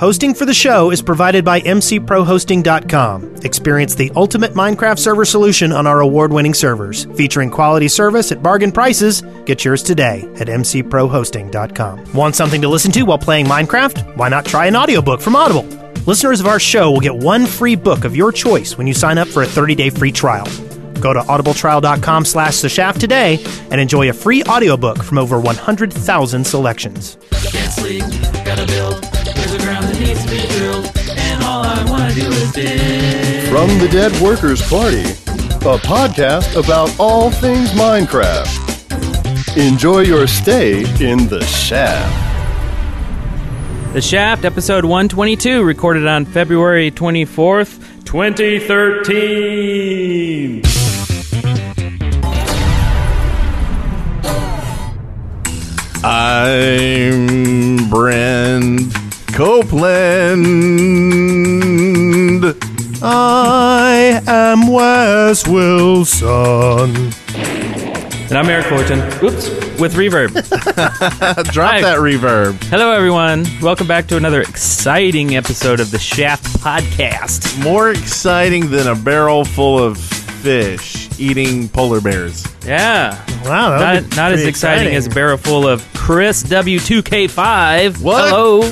Hosting for the show is provided by mcprohosting.com. Experience the ultimate Minecraft server solution on our award winning servers. Featuring quality service at bargain prices, get yours today at mcprohosting.com. Want something to listen to while playing Minecraft? Why not try an audiobook from Audible? Listeners of our show will get one free book of your choice when you sign up for a 30 day free trial. Go to audibletrial.com slash the shaft today and enjoy a free audiobook from over 100,000 selections. Can't sleep, gotta build. There's a ground that needs to be drilled, and all I wanna do is dig. From the Dead Workers Party, a podcast about all things Minecraft. Enjoy your stay in the shaft. The Shaft, episode 122, recorded on February 24th, 2013. I'm Brent Copeland. I am Wes Wilson. And I'm Eric Fullerton. Oops, with reverb. Drop Hi. that reverb. Hello, everyone. Welcome back to another exciting episode of the Shaft podcast. More exciting than a barrel full of fish eating polar bears. Yeah, Wow, that would not be not as pretty exciting, as a barrel full of Chris W2K5. What? Hello.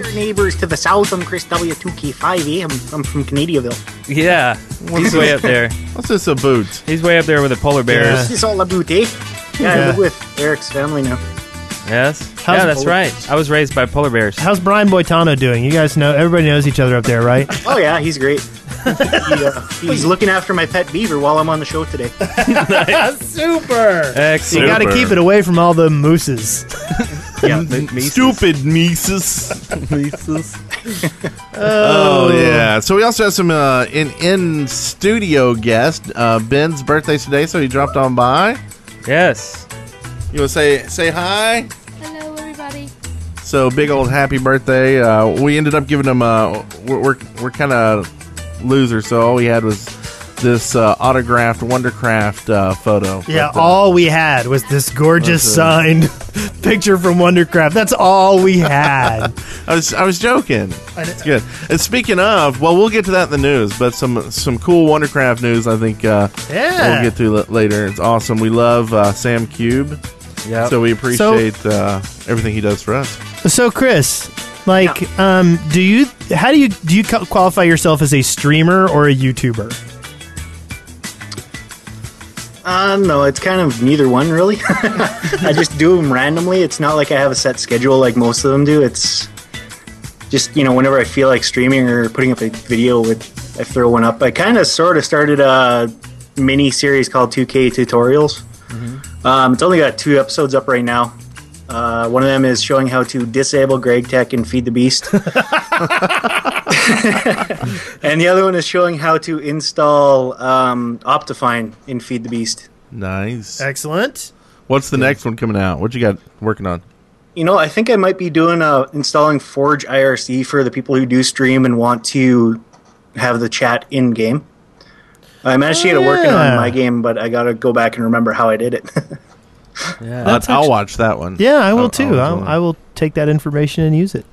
Your neighbors to the south. I'm Chris W2K5. I'm, I'm from Canadiaville. Yeah, he's way up there. What's this a boot? He's way up there with the polar bears. This is all about, eh? Yeah, I live with Eric's family now. Yes. How's- yeah, that's right. I was raised by polar bears. How's Brian Boitano doing? You guys know everybody knows each other up there, right? Oh, yeah, he's great. he, uh, he's looking after my pet beaver while I'm on the show today. Super. You Excellent. got to Super. keep it away from all the mooses. Yeah, Stupid Mises. Mises. Oh. yeah. So we also have some uh, in in studio guest. Uh, Ben's birthday's today, so he dropped on by. Yes. You want to say say hi? Hello, everybody. So big old happy birthday. Uh, we ended up giving him. Uh, we're we're, we're kind of losers, so all we had was this uh, autographed Wondercraft uh, photo. Yeah, But, uh, all we had was this gorgeous That's a- signed picture from Wondercraft. That's all we had. I was I was joking. It's good. And speaking of, well, we'll get to that in the news, but some some cool Wondercraft news. I think uh, Yeah. we'll get to l- later. It's awesome. We love uh, Sam Cube, Yeah. so we appreciate uh, everything he does for us. so, Chris, like, um, do you? How do you do? You cu- qualify yourself as a streamer or a YouTuber? Uh, no, it's kind of neither one, really. I just do them randomly. It's not like I have a set schedule like most of them do. It's just, you know, whenever I feel like streaming or putting up a video, it, I throw one up. I kind of sort of started a mini series called 2K Tutorials. Um, it's only got two episodes up right now. Uh, one of them is showing how to disable Greg Tech and feed the beast. and the other one is showing how to install um, Optifine in Feed the Beast. Nice. Excellent. What's the next one coming out? What you got working on? You know, I think I might be doing uh, installing Forge IRC for the people who do stream and want to have the chat in game. I managed to get it working yeah. on my game, but I gotta go back and remember how I did it. Uh, I'll watch that one. Yeah, I will I'll- too. I'll- I'll, I will take that information and use it.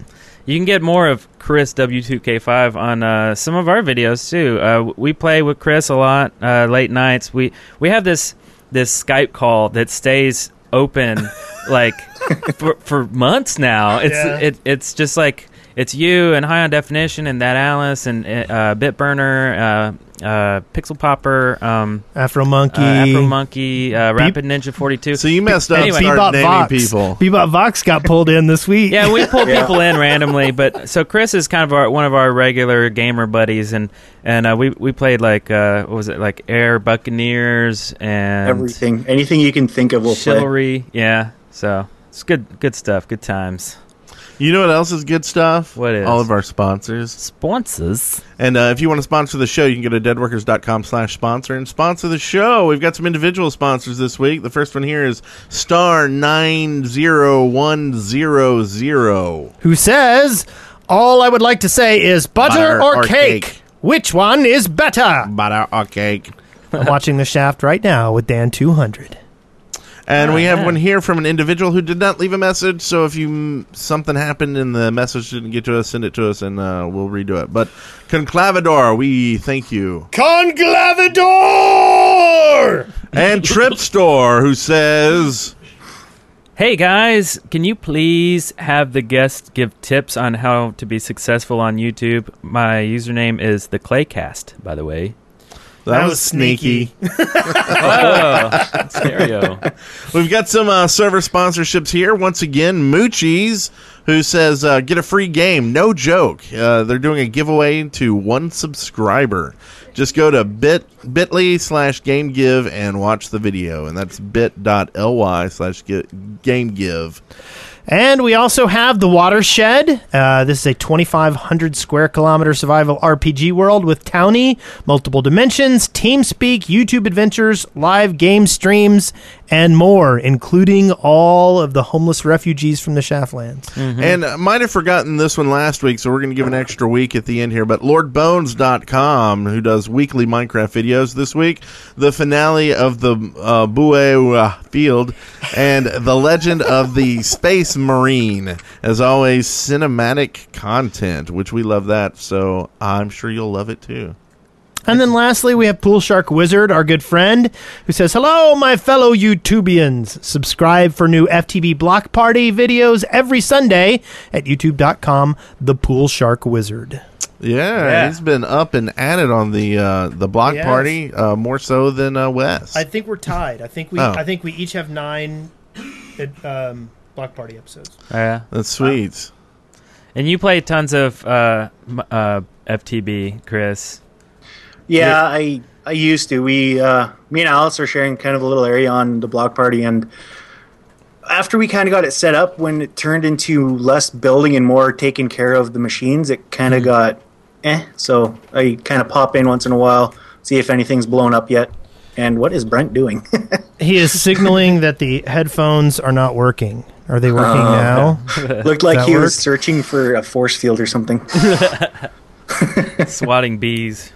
You can get more of Chris W2K5 on uh, some of our videos too. Uh, we play with Chris a lot uh, late nights. We we have this this Skype call that stays open like for, for months now. It's Yeah. it, it's just like it's you and High on Definition and that Alice and uh, Bitburner, uh, uh, Pixel Popper, um, Afro uh, Monkey. Afro Monkey, uh, Rapid Ninja 42. So you messed up. Anyway. Start Bebop naming Vox. people. Bebop Vox got pulled in this week. Yeah, we pull people in randomly, but so Chris is kind of our, one of our regular gamer buddies, and and uh, we we played like uh, what was it like Air Buccaneers and Everything, anything you can think of, will play. Chivalry, yeah. So it's good good stuff, good times. You know what else is good stuff? What is? All of our sponsors. Sponsors. And uh, if you want to sponsor the show, you can go to deadworkers.com slash sponsor and sponsor the show. We've got some individual sponsors this week. The first one here is star 901000. who says, All I would like to say is butter, Butter or, or cake. cake. Which one is better? Butter or cake. I'm watching The Shaft right now with Dan 200. And we have one here from an individual who did not leave a message. So if you mm, something happened and the message didn't get to us, send it to us and uh, we'll redo it. But Conclavador, we thank you. Conglavador! And Tripstore, who says, Hey guys, can you please have the guest give tips on how to be successful on YouTube? My username is the Claycast, by the way. "That was was sneaky." Oh, stereo. We've got some uh, server sponsorships here. Once again, Moochies, who says, uh, get a free game. No joke. Uh, they're doing a giveaway to one subscriber. Just go to bit bit.ly slash game give and watch the video. And that's bit.ly slash gi- game give. And we also have The Watershed. Uh, this is a 2,500 square kilometer survival RPG world with Townie, multiple dimensions, TeamSpeak, YouTube adventures, live game streams, and more, including all of the homeless refugees from the Shaftlands. Mm-hmm. And I might have forgotten this one last week, so we're going to give an extra week at the end here. But LordBones.com, who does weekly Minecraft videos this week, the finale of the uh, Buewa Field, and the legend of the Space Marine. As always, cinematic content, which we love that. So I'm sure you'll love it too. And then lastly, we have Pool Shark Wizard, our good friend, who says, Hello, my fellow YouTubians. Subscribe for new FTB Block Party videos every Sunday at youtube.com, The Pool Shark Wizard. Yeah, Yeah. he's been up and at it on the uh, the block Yes. party uh, more so than uh, Wes. think we're tied. I think we, Oh. I think we each have nine um, Block Party episodes. Yeah. That's sweet. And you play tons of uh, m- uh, FTB, Chris. Yeah, I I used to. We uh, me and Alice are sharing kind of a little area on the block party, and after we kind of got it set up, when it turned into less building and more taking care of the machines, it kind of got eh. So I kind of pop in once in a while, see if anything's blown up yet, and what is Brent doing? He is signaling that the headphones are not working. Are they working now? Looked like That he worked. was searching for a force field or something. Swatting bees.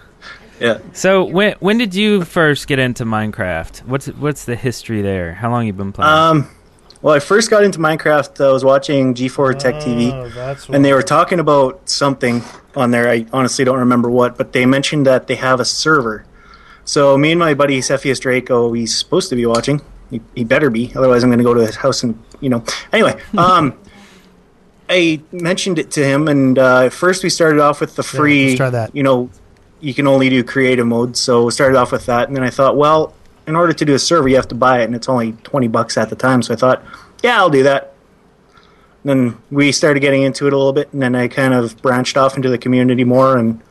yeah. So when when did you first get into Minecraft? What's what's the history there? How long you been playing? Uh, Um, well, I first got into Minecraft. uh, I was watching G4 Tech TV. Oh, that's and they were talking about something on there. I honestly don't remember what, but they mentioned that they have a server. So me and my buddy Cepheus Draco, he's supposed to be watching. He, he better be, otherwise I'm going to go to his house and you know. Anyway, um, I mentioned it to him, and uh, at first we started off with the free. let's try that. You know, you can only do creative mode, so we started off with that, and then I thought, well, in order to do a server, you have to buy it, and it's only twenty bucks at the time. So I thought, yeah, I'll do that then we started getting into it a little bit, and then I kind of branched off into the community more, and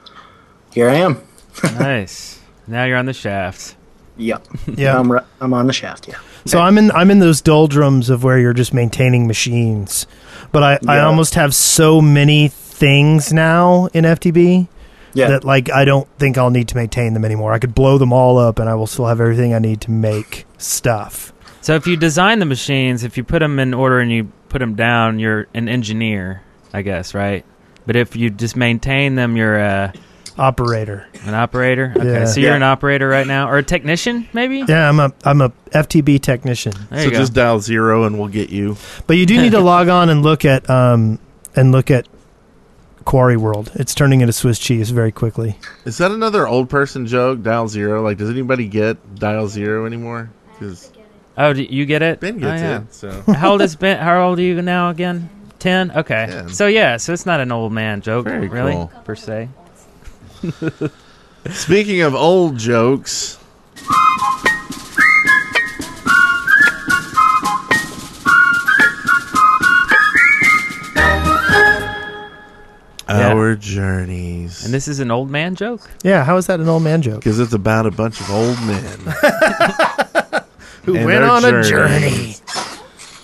here I am. nice. Now you're on the shaft. Yeah, Yeah. I'm, ri I'm on the shaft. Yeah, So I'm in I'm in those doldrums of where you're just maintaining machines, but I, I Yeah. almost have so many things now in FTB yeah. that like I don't think I'll need to maintain them anymore. I could blow them all up and I will still have everything I need to make stuff. So if you design the machines, if you put them in order and you put them down, you're an engineer, I guess, right? But if you just maintain them, you're uh, Operator. an operator. Okay, Yeah. so you're Yeah. an operator right now, or a technician, maybe. Yeah, I'm a I'm a FTB technician. There so you go. just dial zero and we'll get you. But you do need to log on and look at um and look at Quarry World. It's turning into Swiss cheese very quickly. Is that another old person joke? Dial zero. Like, does anybody get dial zero anymore? Because oh, do you get it? Ben Oh, gets yeah. it. So how old is Ben? How old are you now again? Ten. Okay. Ten. So yeah, so it's not an old man joke, Very really, cool. per se. speaking of old jokes, Yeah. our journeys, And this is an old man joke. Yeah, how is that an old man joke? because it's about a bunch of old men Who and went their on a journeys. journey.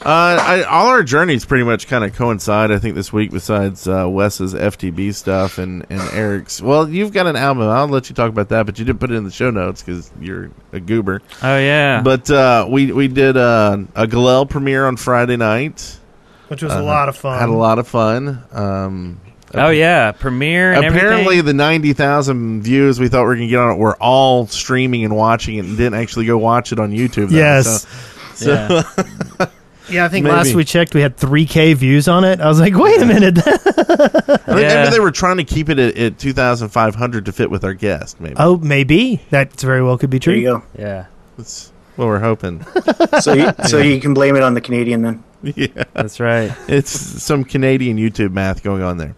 Uh, I, all our journeys pretty much kind of coincide, I think, this week. Besides uh, Wes's FTB stuff and, and Eric's, well, you've got an album. I'll let you talk about that, but you didn't put it in the show notes because you're a goober. Oh yeah, But uh, we we did uh, a Galel premiere on Friday night. which was a lot of fun. Had a lot of fun. Um, oh yeah, premiere. And apparently, everything. the ninety thousand views we thought we were gonna get on it were all streaming and watching it, and didn't actually go watch it on YouTube. though. Yes. So- Yeah. Yeah, I think Maybe. last we checked, we had 3K views on it. I was like, wait a minute. I think Yeah. maybe they were trying to keep it at, at two thousand five hundred to fit with our guest. Maybe oh, maybe. That very well could be There true. you go. yeah, that's what we're hoping. So you, so you can blame it on the Canadian then. yeah, that's right. it's some Canadian YouTube math going on there.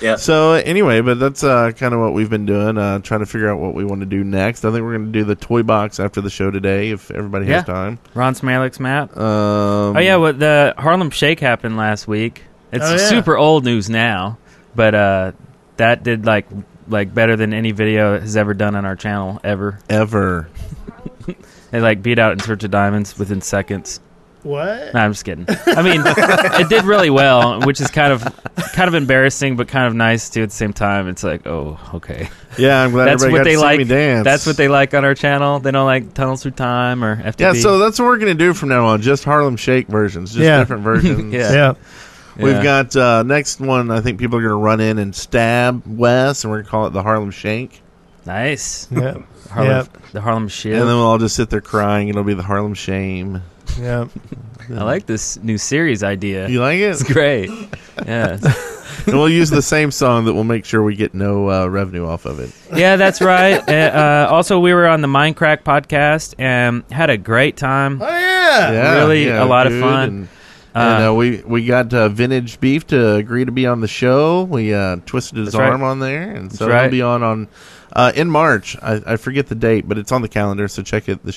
Yeah. So anyway, but that's uh, kind of what we've been doing, uh, trying to figure out what we want to do next. I think we're going to do the toy box after the show today, if everybody Yeah. has time. Ron Smalik's map. Um, Oh yeah, well, the Harlem Shake happened last week. It's Oh, yeah. super old news now, but uh, that did like like better than any video has ever done on our channel ever. ever. It like beat out In Search of Diamonds within seconds. What? No, I'm just kidding. I mean, it did really well, which is kind of kind of embarrassing, but kind of nice too at the same time. It's like, oh, okay, Yeah, I'm glad that's everybody what got they to see like. me dance. That's what they like on our channel. They don't like Tunnels Through Time or FTV. Yeah, so that's what we're going to do from now on. Just Harlem Shake versions, just Yeah. different versions. Yeah. Yeah. We've Yeah. got uh, next one. I think people are going to run in and stab Wes, and we're going to call it the Harlem Shake. nice Yeah. Harlem, the Harlem Shake. And then we'll all just sit there crying. It'll be the Harlem Shame. Yeah. I like this new series idea. You like it? It's great. Yeah. and we'll use the same song that will make sure we get no uh, revenue off of it. Yeah, that's right. Uh, uh, also, we were on the Minecraft podcast and had a great time. Oh, yeah. Yeah, Uh, really yeah, a lot of good. fun. And, and, uh, we we got uh, Vintage Beef to agree to be on the show. We uh, twisted his That's right. arm on there, and so That's right. he'll be on on uh, in March. I, I forget the date, but it's on the calendar. So check it, the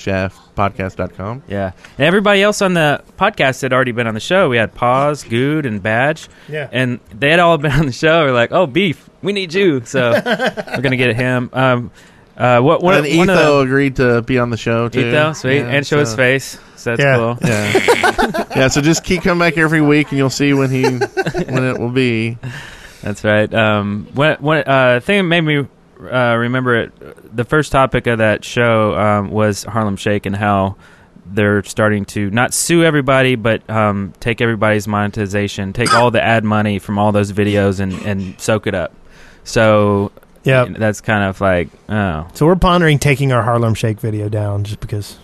shaftpodcast.com. Yeah. And everybody else on the podcast had already been on the show. We had Paws, Good, and Badge. Yeah. And they had all been on the show. We're like, oh, Beef, we need you. So we're going to get him. Um, uh, what, one, and one Etho of agreed to be on the show the, too. Etho, sweet. Yeah, and show his so- face. So that's Yeah. cool. Yeah, yeah. So just keep coming back every week, and you'll see when he when it will be. That's right. Um, when, when, uh, thing that made me uh, remember it, the first topic of that show um, was Harlem Shake and how they're starting to not sue everybody, but um, take everybody's monetization, take all the ad money from all those videos and, and soak it up. So Yeah. that's kind of like, oh. So we're pondering taking our Harlem Shake video down just because.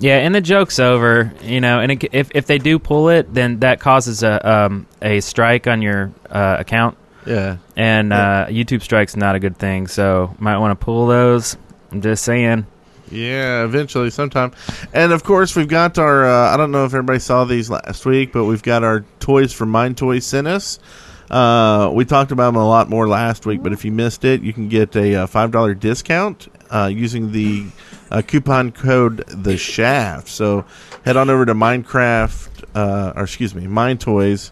Yeah, and the joke's over, you know. And it, c- if, if they do pull it, then that causes a, um, a strike on your uh, account. Yeah. and uh, YouTube strikes not a good thing. So might want to pull those. I'm just saying. Yeah, eventually, sometime. And of course, we've got our. Uh, I don't know if everybody saw these last week, but we've got our toys from Mind Toys sent us. Uh, we talked about them a lot more last week, but if you missed it, you can get a uh, five dollar discount uh, using the uh, coupon code the Shaft. So head on over to Minecraft, uh, or excuse me, Mind Toys.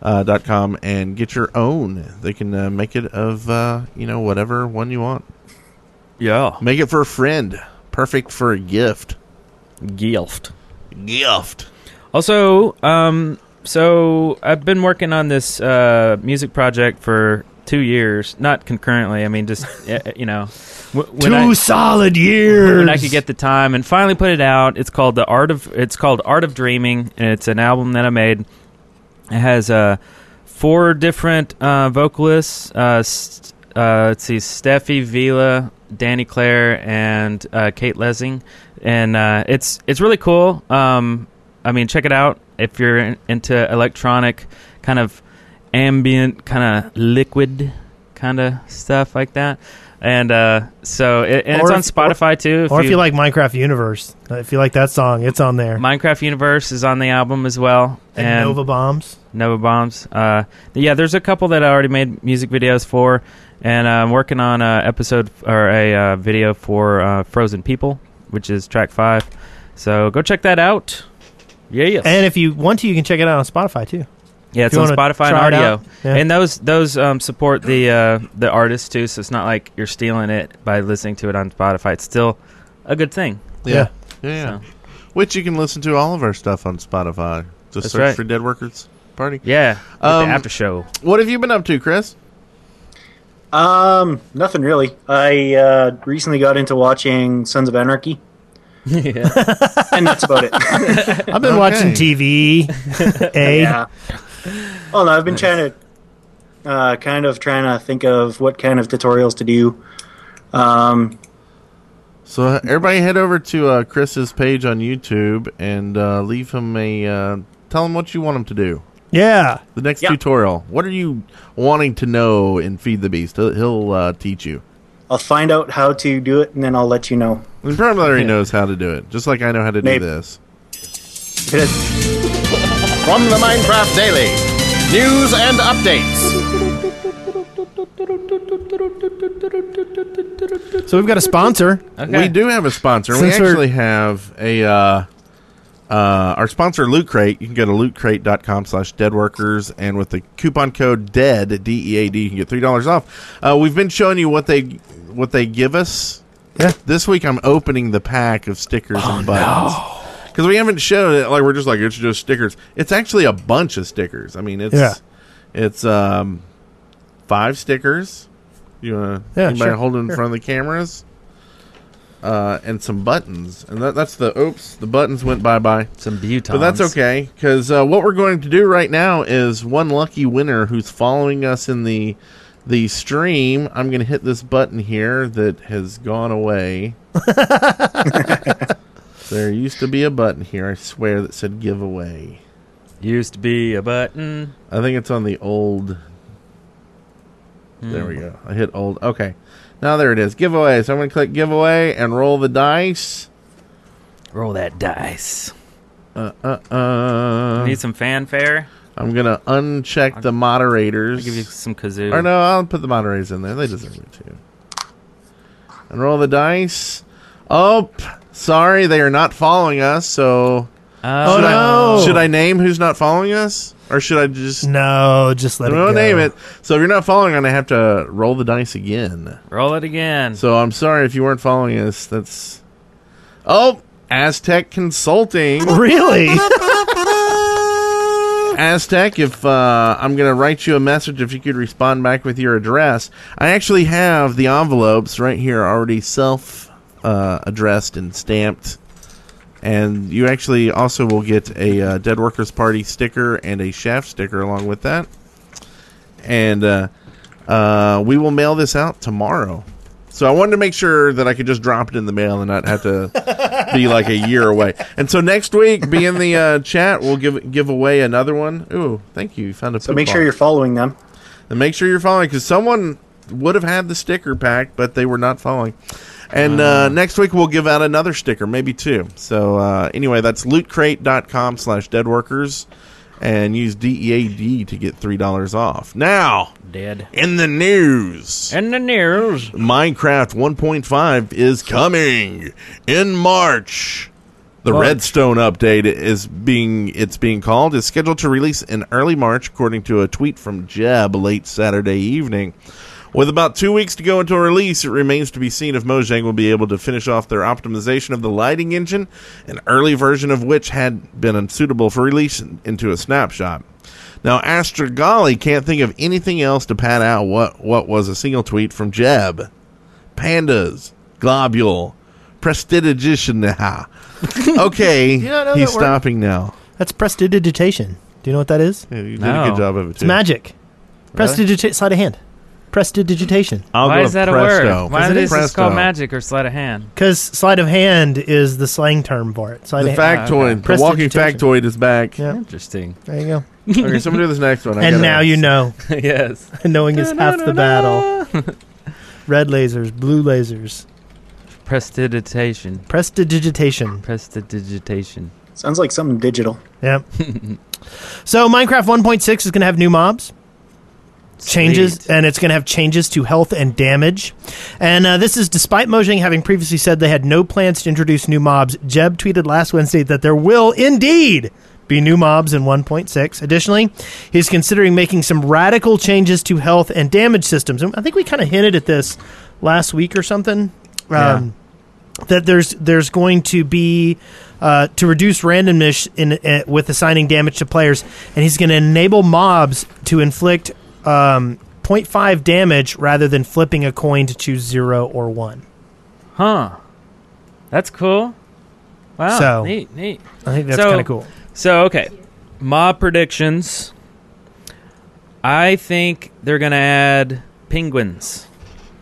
Uh, dot com and get your own. They can uh, make it of uh, you know whatever one you want. Yeah, Make it for a friend. Perfect for a gift. gift. Gift. Also, um, so I've been working on this uh, music project for two years, not concurrently. I mean, just y- you know, w- when Two I- solid years. when I could get the time and finally put it out. It's called the art of it's called Art of Dreaming, and it's an album that I made. It has uh, four different uh, vocalists. Uh, s uh, let's see, Steffi Vila, Danny Clare, and uh, Kate Lessing, and uh, it's it's really cool. Um, I mean, check it out if you're in, into electronic kind of ambient kind of liquid kind of stuff like that and uh so it, and it's Or on if- spotify too or if you, like Minecraft Universe, uh, if you like that song, it's on there. Minecraft Universe is on the album as well, and, and, Nova Nova, Bombs. Bombs. Uh, yeah, there's a couple that I already made music videos for, and uh, I'm working on a episode or a uh, video for uh, Frozen People, which is track five. So go check that out. Yeah, yeah, And if you want to, you can check it out on Spotify too. yeah. It's you on wanna Spotify and try it audio, out, yeah. and those those um, support the uh, the artist too. So it's not like you're stealing it by listening to it on Spotify. It's still a good thing. Yeah. Yeah. yeah. Which you can listen to all of our stuff on Spotify. Just That's search right. for Dead Workers Party. Yeah, with Um, the after show. What have you been up to, Chris? Um, nothing really. I uh, recently got into watching Sons of Anarchy. and that's about it. I've been Okay. watching TV. A. yeah. Well, no, I've been trying to, uh, kind of trying to think of what kind of tutorials to do. Um, So uh, everybody head over to uh, Chris's page on YouTube and uh, leave him a uh, tell him what you want him to do. Yeah. The next Yeah. tutorial. What are you wanting to know in Feed the Beast? He'll, he'll uh, teach you. I'll find out how to do it, and then I'll let you know. And probably already knows how to do it, just like I know how to Maybe. do this. From the Minecraft Daily, news and updates. So we've got a sponsor. Okay. We do have a sponsor. and Since we we're- actually have a uh, uh, our sponsor, Loot Crate. You can go to lootcrate.com slash deadworkers, and with the coupon code DEAD, D-E-A-D, you can get $3 off. Uh, we've been showing you what they what they give us. Yeah. Oh, This week I'm opening the pack of stickers and buttons. Because we haven't shown it. Like, we're just like, it's just stickers. It's actually a bunch of stickers. I mean, it's, Yeah. it's um, five stickers. You want to Yeah, anybody sure, hold it in sure. front of the cameras? Uh, and some buttons, and that, that's the oops. The buttons went bye bye, Some butons. but that's okay because uh, what we're going to do right now is one lucky winner who's following us in the the stream. I'm going to hit this button here that has gone away. there used to be a button here, I swear, that said giveaway. Used to be a button. I think it's on the old. There we go. I hit old. Okay. Now there it is. Giveaway. So I'm going to click giveaway and roll the dice. Roll that dice. Uh, Need some fanfare. I'm going to uncheck the moderators. I'll give you some kazoo. Or no, I'll put the moderators in there. They deserve it too. And roll the dice. Oh, p- sorry. They are not following us. So Uh, Oh, should, no. I, should I name who's not following us? Or should I just. No, just let it Don't go. name it. So if you're not following, I'm going to have to roll the dice again. Roll it again. So I'm sorry if you weren't following us. That's oh, Aztec Consulting. Really? Aztec, if uh, I'm going to write you a message, if you could respond back with your address. I actually have the envelopes right here already self uh, addressed and stamped. And you actually also will get a uh, Dead Workers Party sticker and a Shaft sticker along with that. And uh, uh, we will mail this out tomorrow. So I wanted to make sure that I could just drop it in the mail and not have to be like a year away. And so next week, be in the uh, chat. We'll give give away another one. Ooh, thank you. You found a. So make sure you're following them. And make sure you're following because someone would have had the sticker pack, but they were not following. And uh, next week we'll give out another sticker, maybe two. So uh, anyway, that's lootcrate.com slash deadworkers and use DEAD to get $3 off. Now, Dead. in the news. And the news. Minecraft 1.5 is coming in March. The March. Redstone update is being it's being called is scheduled to release in early March according to a tweet from Jeb late Saturday evening. With about 2 weeks to go until release, it remains to be seen if Mojang will be able to finish off their optimization of the lighting engine, an early version of which had been unsuitable for release into a snapshot. Now, Astrogali can't think of anything else to pad out what, what was a single tweet from Jeb. Pandas, globule, prestidigitation. Okay, not know he's that word? stopping now. That's prestidigitation. Do you know what that is? Yeah, you did a No. good job of it, too. It's magic. Prestidigitation. Sleight of hand. Prestidigitation. Why is that a word? Why Because is it this presto. it's called magic or sleight of hand? Because sleight of hand is the slang term for it. Sleight The of factoid, hand. the okay. walking uh, Prestidigitation. factoid is back. Yeah. Interesting. There you go. Okay, so I'm gonna do this next one. I and gotta- now you know. yes. Knowing is half the battle. Red lasers, blue lasers, Prestidigitation. prestidigitation. Prestidigitation. Sounds like something digital. Yep. so Minecraft 1.6 is going to have new mobs. changes Sweet. and it's going to have changes to health and damage and uh, this is despite mojang having previously said they had no plans to introduce new mobs jeb tweeted last wednesday that there will indeed be new mobs in 1.6 additionally he's considering making some radical changes to health and damage systems and i think we kind of hinted at this last week or something um, that there's there's going to be uh, to reduce randomness in uh, with assigning damage to players, and he's going to enable mobs to inflict um, 0.5 damage rather than flipping a coin to choose zero or one. Huh. That's cool. Wow. So- neat, neat. I think that's So- kind of cool. So okay, mob predictions. I think they're gonna add penguins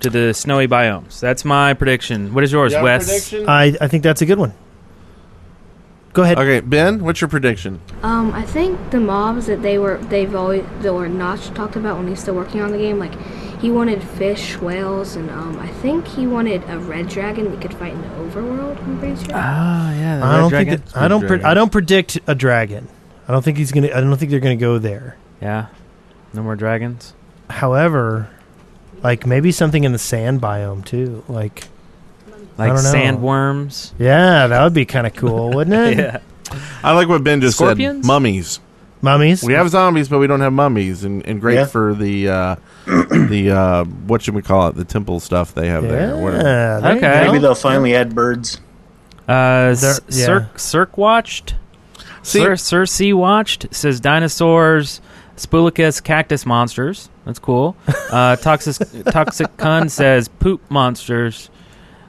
to the snowy biomes. That's my prediction. What is yours, Your Wes? prediction? I, I think that's a good one. Go ahead. Okay, Ben, what's your prediction? Um, I think the mobs that they were they've always that were Notch talked about when he's still working on the game, like he wanted fish, whales, and um, I think he wanted a red dragon that could fight in the overworld. I'm pretty sure. Ah, yeah. I don't think dragon. that, I don't pre- dragon. I don't predict a dragon. I don't think he's gonna. I don't think they're gonna go there. yeah. No more dragons. However, like maybe something in the sand biome too. Like Like don't know. sandworms. yeah, that would be kind of cool, wouldn't it? Yeah. I like what Ben just Scorpions? said. Mummies. Mummies. We have zombies, but we don't have mummies, and, and great Yeah. for the uh, the uh, what should we call it? The temple stuff they have Yeah. there. or whatever. there you Okay. go. Maybe they'll finally add birds. Uh, They're- yeah. Cirque Cirque watched. See- Cir- Circe watched says dinosaurs, Spulicus cactus monsters. That's cool. Uh, toxic Toxic Kun says poop monsters.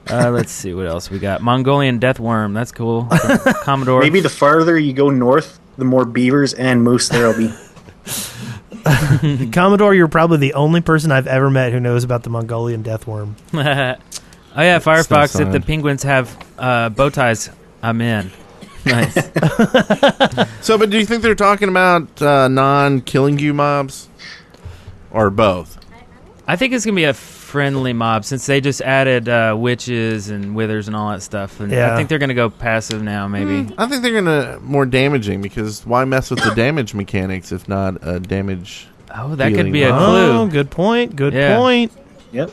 Uh, let's see what else we got. Mongolian death worm. That's cool. From Commodore. Maybe the farther you go north, the more beavers and moose there'll be. Commodore, you're probably the only person I've ever met who knows about the Mongolian death worm. oh yeah, Firefox. If the signed. penguins have uh, bow ties, I'm in. Nice. So, but do you think they're talking about uh, non-killing you mobs, or both? I think it's gonna be a friendly mob since they just added uh, witches and withers and all that stuff. And I Yeah. think they're gonna go passive now. Maybe. I think they're gonna more damaging because why mess with the damage mechanics if not a damage? Oh, that could Feeling be a mob. clue. Oh, good point. Good Yeah. point. Yep.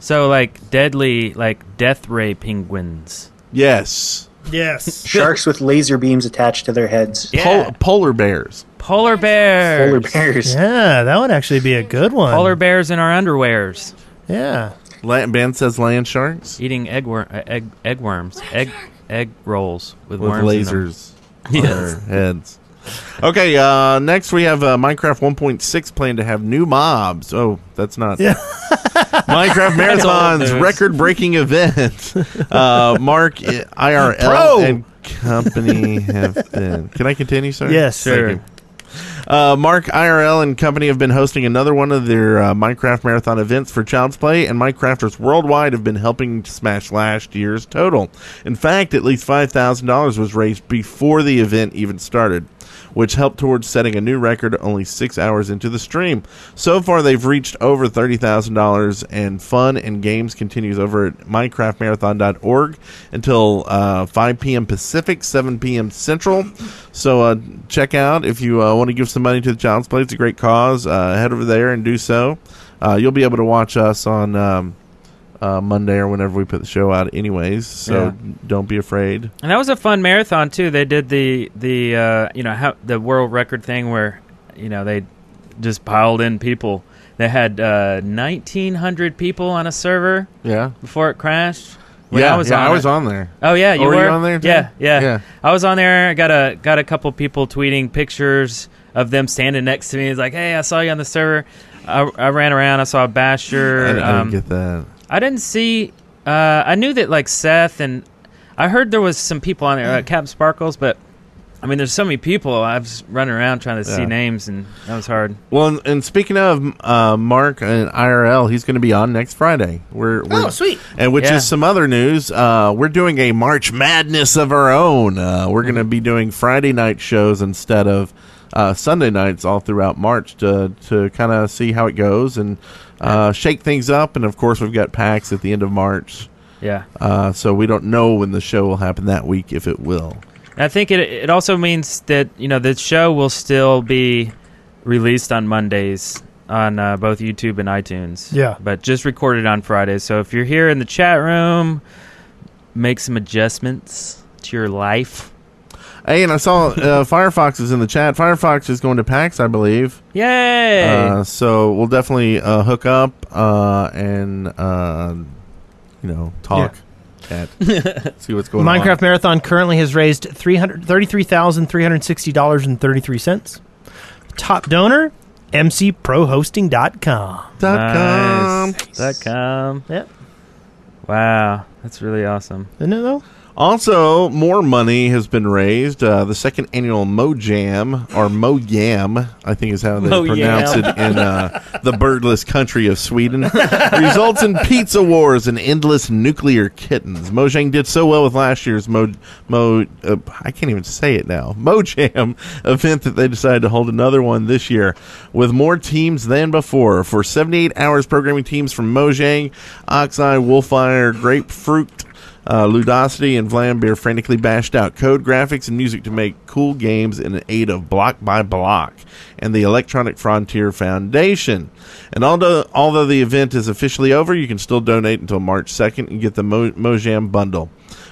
So like deadly, like death ray penguins. Yes, Yes. Sharks with laser beams attached to their heads. Yeah. Pol- polar bears. Polar bears. Polar bears. yeah, that would actually be a good one. Polar bears in our underwears, yeah. La- ben says land sharks eating egg wor- uh, egg egg worms, egg egg rolls with, with worms in them. lasers on their heads. Okay, uh, next we have uh, Minecraft 1.6 planned to have new mobs. Oh, that's not Yeah. Minecraft That's old Marathon's news. record-breaking event. Uh, Mark I- IRL Pro. and company have been. Can I continue, sir? Yes. Thank Sure. you. Uh, Mark IRL and company have been hosting another one of their uh, Minecraft Marathon events for Child's Play, and Minecrafters worldwide have been helping to smash last year's total. In fact, at least $5,000 was raised before the event even started, which helped towards setting a new record only six hours into the stream. So far, they've reached over $30,000, and fun and games continues over at MinecraftMarathon.org until uh, 5 p.m. Pacific, 7 p.m. Central. So uh, check out if you uh, want to give some money to the Child's Play. It's a great cause. Uh, head over there and do so. Uh, you'll be able to watch us on um, uh, Monday or whenever we put the show out, anyways. So don't be afraid. And that was a fun marathon too. They did the the uh, you know how the world record thing where you know they just piled in people. They had uh, 1,900 people on a server Yeah. before it crashed. When yeah, yeah, I it- was on there. Oh yeah, you Oh, were, were you on there, too? Yeah, yeah, Yeah. I was on there. I got a got a couple people tweeting pictures of them standing next to me. It's like, hey, I saw you on the server. I, I ran around. I saw Basher. I, didn't- I um, didn't get that. I didn't see. Uh, I knew that like Seth and I heard there was some people on there, like Captain Sparkles, but I mean, there's so many people. I was running around trying to see Yeah. names, and that was hard. Well, and, and speaking of uh, Mark and IRL, he's going to be on next Friday. We're, we're sweet. and which Yeah. is some other news. Uh, we're doing a March Madness of our own. Uh, we're going to be doing Friday night shows instead of uh, Sunday nights all throughout March to to kind of see how it goes and uh, shake things up. And of course, we've got PAX at the end of March, Yeah, uh, so we don't know when the show will happen that week if it will. and I think it it also means that you know the show will still be released on Mondays on uh, both YouTube and iTunes. Yeah. but just recorded on Fridays. So if you're here in the chat room, make some adjustments to your life. Hey, and I saw uh, Firefox is in the chat. Firefox is going to PAX, I believe. Yay! Uh, so we'll definitely uh, hook up uh, and uh, you know talk. cat. See what's going on. Minecraft Marathon currently has raised $333,360.33. Top donor, mcprohosting.com. Marathon.com. Nice. Dot com. Yep. Wow, that's really awesome. Isn't it though? Also, more money has been raised. Uh, the second annual Mojam, or Mojam, I think is how they Mojam. pronounce it in uh, the birdless country of Sweden, results in pizza wars and endless nuclear kittens. Mojang did so well with last year's Mo, Mo uh, I can't even say it now, Mojam event that they decided to hold another one this year with more teams than before. For 78 hours, programming teams from Mojang, Oxeye, Wolfire, Grapefruit, uh, Ludosity and Vlambeer frantically bashed out code graphics and music to make cool games in aid of Block by Block and the Electronic Frontier Foundation. And although although the event is officially over, you can still donate until March 2nd and get the Mo- Mojam bundle.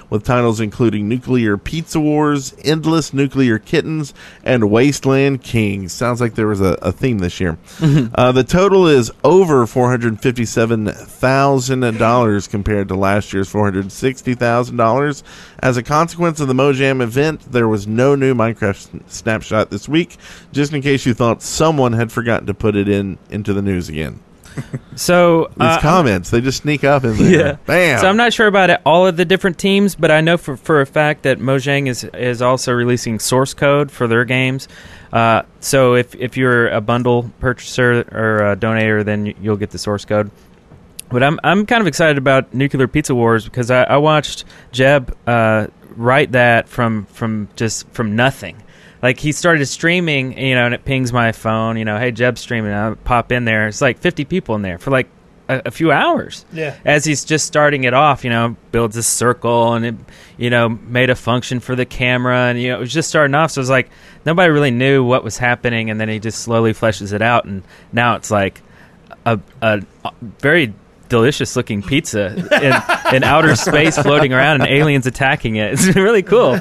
With titles including Nuclear Pizza Wars, Endless Nuclear Kittens, and Wasteland Kings. Sounds like there was a, a theme this year. Mm-hmm. Uh, the total is over four hundred fifty-seven thousand dollars compared to last year's four hundred sixty thousand dollars. As a consequence of the Mojam event, there was no new Minecraft sn- snapshot this week. Just in case you thought someone had forgotten to put it in into the news again. So These uh, comments, they just sneak up in there. Yeah. Bam. So I'm not sure about it, all of the different teams, but I know for, for a fact that Mojang is is also releasing source code for their games. Uh, so if if you're a bundle purchaser or a donator, then y- you'll get the source code. But I'm I'm kind of excited about Nuclear Pizza Wars because I, I watched Jeb uh, write that from from just from nothing. Like he started streaming, you know, and it pings my phone, you know, hey Jeb's streaming. I pop in there. It's like 50 people in there for like a, a few hours Yeah. as he's just starting it off, you know, builds a circle and it, you know, made a function for the camera and you know, it was just starting off. So it's like nobody really knew what was happening, and then he just slowly fleshes it out, and now it's like a a very delicious looking pizza in, in outer space floating around and aliens attacking it. It's really cool.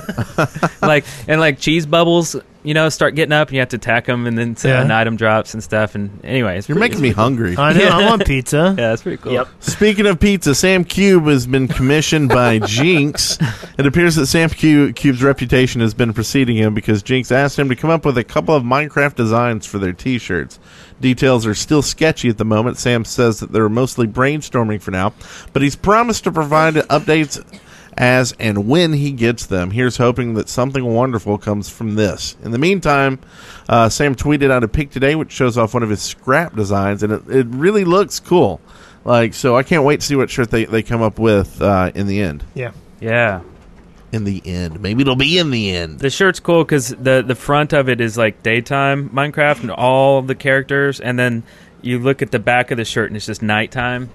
like and like cheese bubbles, you know, start getting up and you have to attack them, and then Yeah. an item drops and stuff. And anyway, it's You're pretty- making me hungry. I know. I want pizza. yeah, that's pretty cool. Yep. Speaking of pizza, Sam Cube has been commissioned by Jinx. It appears that Sam Cu- Cube's reputation has been preceding him because Jinx asked him to come up with a couple of Minecraft designs for their t shirts. Details are still sketchy at the moment. Sam says that they're mostly brainstorming for now, but he's promised to provide updates as and when he gets them. Here's hoping that something wonderful comes from this. In the meantime, uh, Sam tweeted out a pic today which shows off one of his scrap designs, and it, it really looks cool. Like, so I can't wait to see what shirt they, they come up with uh, in the end. Yeah. Yeah. In the end. Maybe it'll be in the end. The shirt's cool because the the front of it is like daytime Minecraft and all the characters, and then you look at the back of the shirt and it's just nighttime.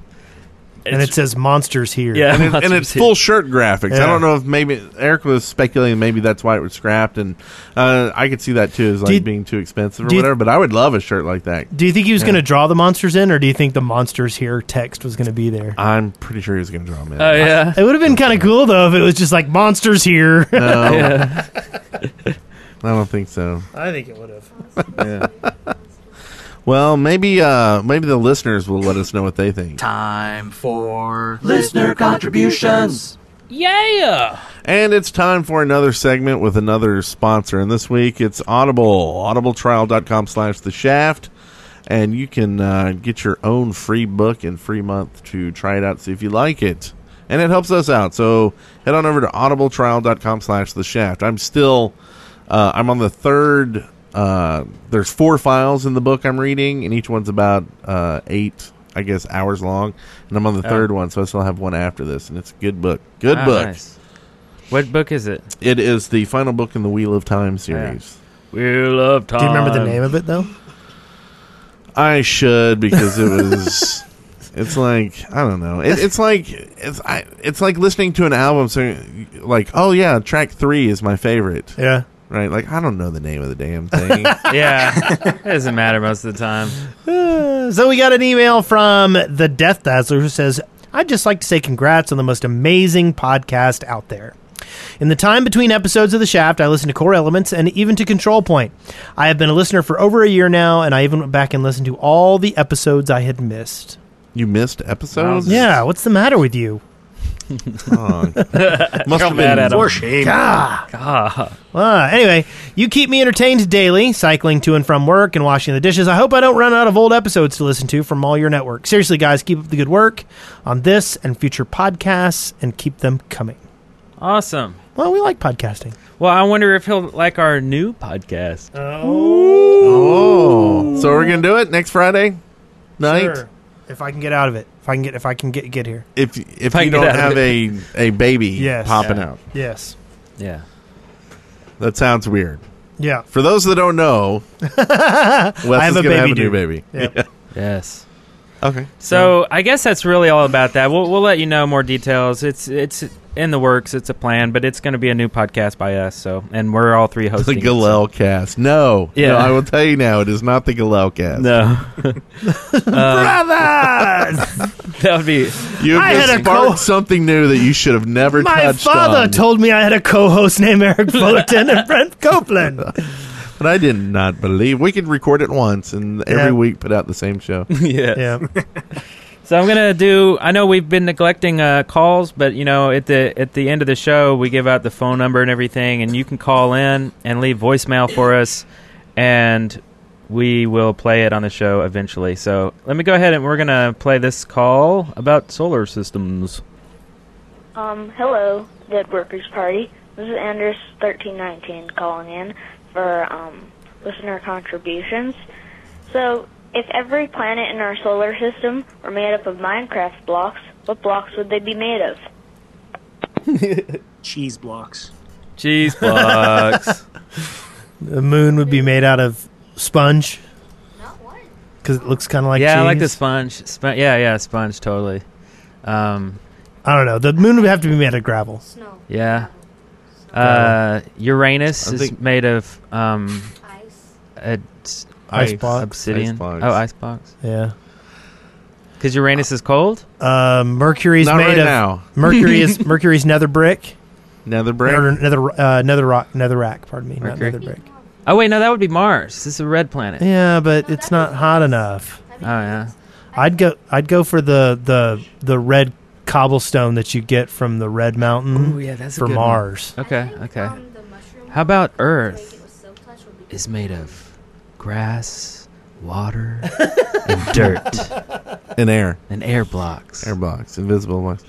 And it says monsters here. yeah, And, it, and it's full shirt graphics. I Yeah. don't know if maybe Eric was speculating maybe that's why it was scrapped, and uh, I could see that too as like Did- being too expensive or did- whatever. But I would love a shirt like that. Do you think he was going to draw the monsters in, or do you think the monsters here text was going to be there? I'm pretty sure he's going to draw me. Oh yeah, It would have been kind of cool though if it was just like monsters here. No, I don't think so. I think it would have. Well, maybe uh, maybe the listeners will let us know what they think. Time for listener contributions. yeah. And it's time for another segment with another sponsor. And this week it's Audible, audibletrial.com slash the shaft. And you can uh, get your own free book and free month to try it out, see if you like it. And it helps us out. So head on over to audibletrial.com slash the shaft. I'm still, uh, I'm on the third, uh, there's four files in the book I'm reading, and each one's about uh, eight, I guess, hours long. And I'm on the Oh. third one, so I still have one after this. And it's a good book. Good Ah, book. nice. What book is it? It is the final book in the Wheel of Time series. We love Tom. Do you remember the name of it though? I should because it was. it's like I don't know. It, it's like it's I, it's like listening to an album saying like, oh yeah, track three is my favorite, Yeah. right? Like I don't know the name of the damn thing. Yeah, it doesn't matter most of the time. Uh, so we got an email from the Death Dazzler who says, I'd just like to say congrats on the most amazing podcast out there. In the time between episodes of The Shaft, I listen to Core Elements and even to Control Point. I have been a listener for over a year now, and I even went back and listened to all the episodes I had missed. you missed episodes. Wow. Yeah, what's the matter with you? Must have mad been at him. For shame. Ah, anyway, you keep me entertained daily, cycling to and from work and washing the dishes. I hope I don't run out of old episodes to listen to from all your network. Seriously, guys, keep up the good work on this and future podcasts and keep them coming. Awesome. Well, we like podcasting. Well, I wonder if he'll like our new podcast. Uh. Oh, so we're gonna do it next Friday night. Sure. If I can get out of it. If I can get if I can get get here. If if I you can get don't out have of a a baby Yes. popping Yeah. out, Yes. yeah. that sounds weird. Yeah. For those that don't know, Wes have is a gonna have baby a new dude. baby. Yeah. Yes. Okay. So I guess that's really all about that. We'll we'll let you know more details. It's it's in the works. It's a plan, but it's going to be a new podcast by us. So and we're all three The hosting. it, so- Galel cast. No. Yeah. No, I will tell you now, it is not the Galel cast. No, Uh, Brothers! that would be You I have had just a co- sparked something new that you should have never My touched father on. told me I had a co-host named Eric Fullerton and Brent Copeland. but I did not believe. We could record it once and Yeah. every week put out the same show. yes. Yeah. So I'm gonna do. I know we've been neglecting uh, calls, but you know, at the at the end of the show, we give out the phone number and everything, and you can call in and leave voicemail for us, and we will play it on the show eventually. So let me go ahead and we're gonna play this call about solar systems. Um, hello, Dead Workers Party. This is Anders thirteen nineteen calling in for um, listener contributions. So, if every planet in our solar system were made up of Minecraft blocks, what blocks would they be made of? Cheese blocks. Cheese blocks. The moon would be made out of sponge. Because it looks kind of like yeah, I cheese. like the sponge. Spon- yeah, yeah, sponge totally. Um, I don't know. The moon would have to be made of gravel. Snow. yeah. Uh, Uranus I is think- made of um, Ice. a Ice box. Obsidian. Icebox. Oh, icebox. Yeah. Because Uranus is cold. Uh, Mercury's Not made right of now. Mercury is Mercury's nether brick. Nether Or brain. nether uh, nether rock nether rack. Pardon me, Mercury? not nether brick. Oh wait, no, that would be Mars. This is a red planet. Yeah, but it's not hot enough. Oh yeah. I'd go I'd go for the the the red cobblestone that you get from the red mountain Oh yeah, that's for Mars. Oh, Okay, okay. um, How about Earth? Is made of grass, water, and dirt, And air. and air blocks. Air box. Invisible box.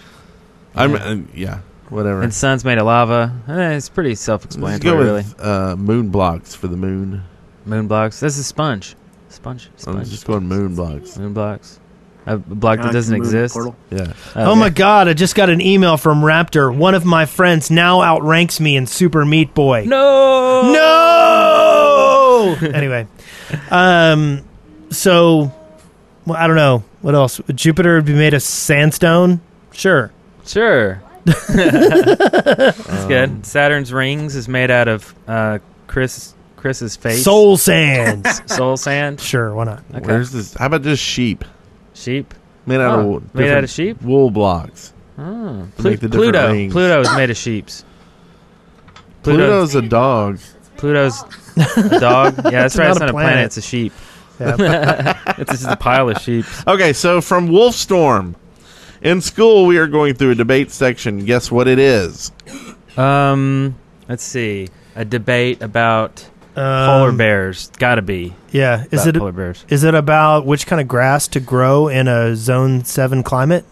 I'm, uh, yeah, whatever. And sun's made of lava. Eh, it's pretty Let's self-explanatory, go with really. uh, moon blocks for the moon. Moon blocks. This is sponge. Sponge. I'm Sponge. just going moon blocks. Moon blocks. A Kinda block that like doesn't the moon exist. portal. Yeah. Oh my god, I just got an email from Raptor. One of my friends now outranks me in Super Meat Boy. No. No. anyway, um, so well, I don't know what else. Jupiter would be made of sandstone. Sure. Sure. That's good. Saturn's rings is made out of uh, Chris Chris's face. Soul sand. soul sand. sure. Why not? Okay. Where's this? How about just sheep? Sheep. Made out Oh, of made out different of sheep? wool blocks. Oh. To make the different Pluto. rings. Pluto is made of sheep's. Pluto. Pluto's a dog. Pluto's a dog. Yeah, that's It's right. not It's a not a planet. planet. It's a sheep. Yeah. It's just a pile of sheep. Okay, so from Wolfstorm. In school, we are going through a debate section. Guess what it is? Um, let's see. A debate about polar Um, bears. Gotta be Yeah. Is about it polar bears. is it about which kind of grass to grow in a zone seven climate?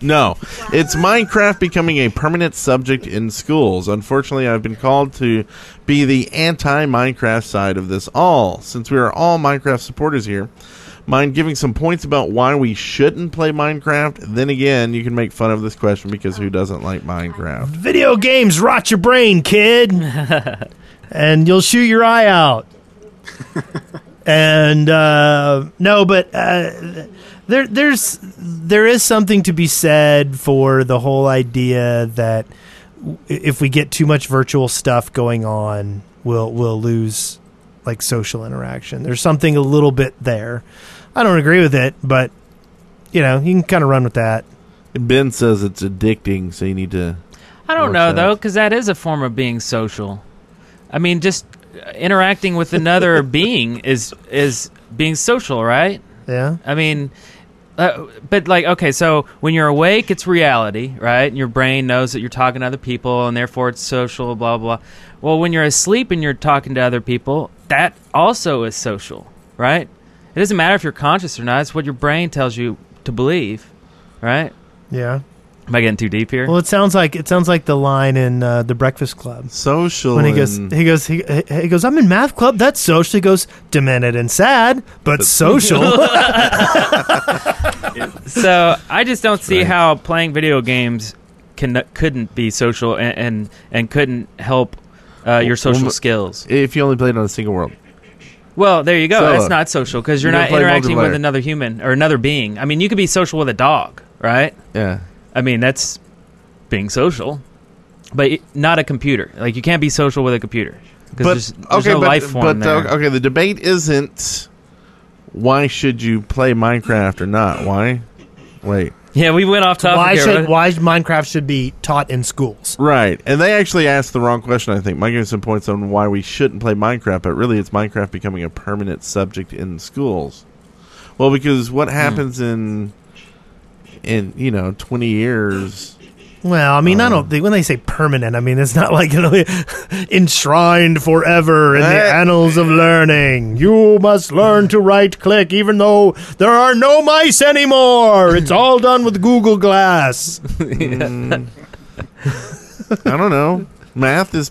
No, it's Minecraft becoming a permanent subject in schools. Unfortunately, I've been called to be the anti Minecraft side of this all. Since we are all Minecraft supporters here, mind giving some points about why we shouldn't play Minecraft? Then again, you can make fun of this question because who doesn't like Minecraft? Video games rot your brain, kid, and you'll shoot your eye out. and uh, no, but uh, there, there's there is something to be said for the whole idea that w- if we get too much virtual stuff going on, we'll we'll lose like social interaction. There's something a little bit there. I don't agree with it, but you know you can kind of run with that. Ben says it's addicting, so you need to. I don't Works know out. though, because that is a form of being social. I mean, just uh, interacting with another being is is being social, right? Yeah. I mean, Uh, but like, okay, so when you're awake, it's reality, right? And your brain knows that you're talking to other people, and therefore it's social, blah blah. blah. Well, when you're asleep and you're talking to other people, that also is social, right? It doesn't matter if you're conscious or not. It's what your brain tells you to believe, right? Yeah. Am I getting too deep here? Well, it sounds like it sounds like the line in uh, the Breakfast Club Social. when he goes, and- he goes, he, he he goes, I'm in math club. That's social. He goes, demented and sad, but social. so I just don't see how playing video games can couldn't be social and and, and couldn't help uh, your social Well, skills. if you only played on a single world. Well, there you go. So, That's not social because you're you not play interacting with multiplayer. another human or another being. I mean, you could be social with a dog, right? Yeah. I mean, that's being social, but it- not a computer. Like you can't be social with a computer because there's, there's no but, life form but, there. uh, okay, the debate isn't why should you play Minecraft or not. Why? Wait. Yeah, we went off topic why here. should why Minecraft should be taught in schools? Right. And they actually asked the wrong question, I think. Mike gave some points on why we shouldn't play Minecraft, but really it's Minecraft becoming a permanent subject in schools. Well, because what Hmm. happens in in, you know, 20 years Well, I mean, I don't think when they say permanent, I mean it's not like you know, enshrined forever in the Eh. annals of learning. You must learn to right click, even though there are no mice anymore. It's all done with Google Glass. I don't know. Math is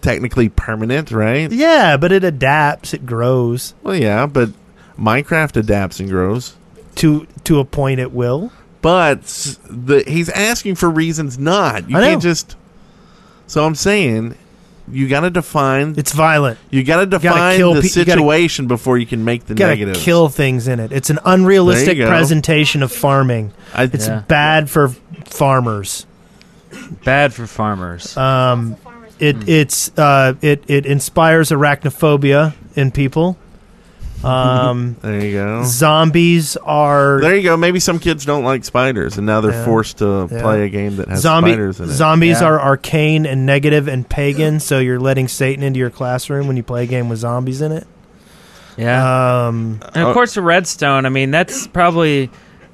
technically permanent, right? Yeah, but it adapts, it grows Well, yeah, but Minecraft adapts and grows. to to a point it will. But the he's asking for reasons not. You I know. can't just. So I'm saying, you got to define. It's violent. You got to define kill the pe- you gotta- situation before you can make the Got to negative. kill things in it. It's an unrealistic go. presentation of farming. I, It's Yeah. bad for farmers. Bad for farmers. Um, Hmm. it it's uh, it it inspires arachnophobia in people. Um, There you go. zombies are There you go. Maybe some kids don't like spiders, and now they're Yeah. forced to Yeah. play a game that has zombie spiders in it. zombies Yeah. are arcane and negative and pagan. So you're letting Satan into your classroom when you play a game with zombies in it. yeah. Um, And Oh. of course, the redstone. I mean, that's probably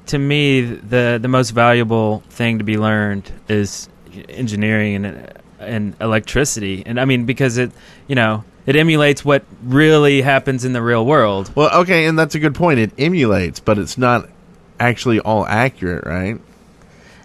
to me the the most valuable thing to be learned is engineering and and electricity. And I mean, because it you know it emulates what really happens in the real world. well, okay, and that's a good point. It emulates, but it's not actually all accurate, right?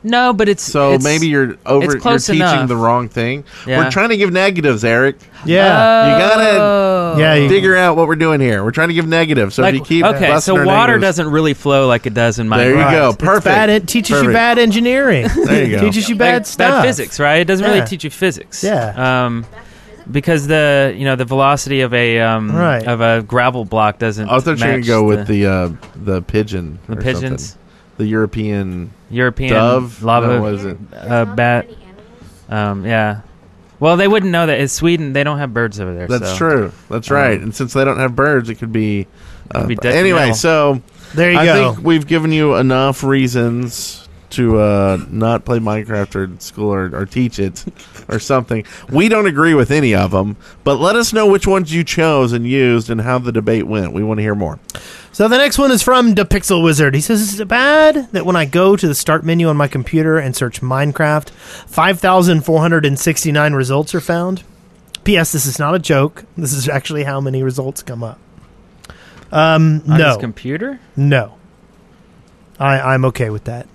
No, but it's So it's- maybe you're over. it's close you're teaching enough. the wrong thing. Yeah. We're trying to give negatives, Eric. yeah, You gotta- Oh. yeah. You, figure out what we're doing here. We're trying to give negative. So Like, if you keep okay, busting so our water negatives- doesn't really flow like it does in my There you Right. go. It's Perfect. bad- it teaches you Perfect. bad engineering. There you go. teaches you bad like, stuff. Bad physics, right? It doesn't Yeah. really teach you physics. Yeah. Um, because the you know the velocity of a um, Right. of a gravel block doesn't. I was actually going match to go with the uh, the pigeon. the or pigeons, something. The European European dove. lava. No, what is it? uh, bat. Um, yeah. Well, they wouldn't know that. It's Sweden. They don't have birds over there. That's so. Um, true. That's right. and since they don't have birds, it could be. Uh, be but anyway, detrimental. so There you I go. think we've given you enough reasons to uh, not play Minecraft or in school or, or teach it or something. We don't agree with any of them, but let us know which ones you chose and used and how the debate went. We want to hear more. So the next one is from the Pixel Wizard. He says, "Is it bad that when I go to the start menu on my computer and search Minecraft, five thousand four hundred and sixty-nine results are found?" P.S. This is not a joke. This is actually how many results come up. Um, On his no, computer. no, I, I'm okay with that.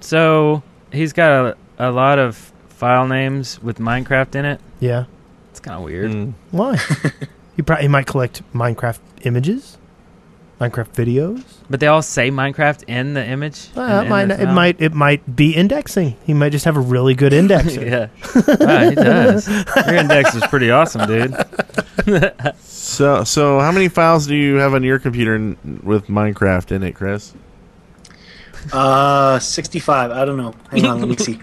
So he's got a, a lot of file names with Minecraft in it. Yeah, It's kind of weird. Hmm. why? he probably might collect Minecraft images, Minecraft videos. But they all say Minecraft in the image. Well, in- it in might, the it file. might, it might be indexing. He might just have a really good indexer. yeah. Wow, he does. Your index is pretty awesome, dude. So, so how many files do you have on your computer in, with Minecraft in it, Chris? Uh, 65. I don't know. Hang on, let me see.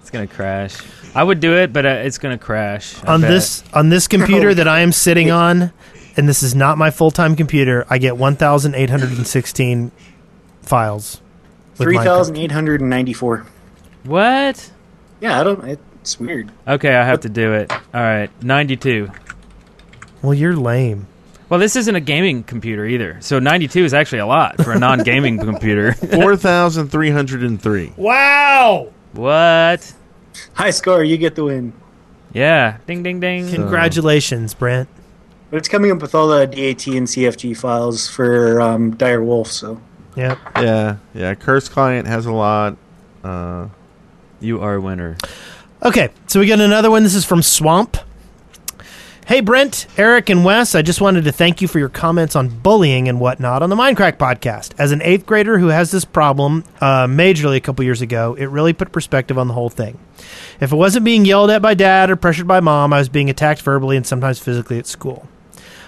It's gonna crash. I would do it, but uh, it's gonna crash. I on bet. this on this computer that I am sitting on, and this is not my full time computer. I get one thousand eight hundred and sixteen files. with Minecraft. 3,894. What? Yeah, I don't. It's weird. Okay, I have to do it. All right, ninety-two. Well, you're lame. Well, this isn't a gaming computer either, so 92 is actually a lot for a non-gaming computer. Four thousand three hundred and three. Wow! What? High score, you get the win. Yeah. Ding, ding, ding. Congratulations, Brent. But it's coming up with all the DAT and CFG files for um, Dire Wolf, so Yep. Yeah, yeah. Curse client has a lot. Uh, You are a winner. Okay, so we got another one. This is from Swamp. Hey, Brent, Eric, and Wes, I just wanted to thank you for your comments on bullying and whatnot on the Minecraft podcast. As an eighth grader who has this problem uh, majorly a couple years ago, it really put perspective on the whole thing. If it wasn't being yelled at by dad or pressured by mom, I was being attacked verbally and sometimes physically at school.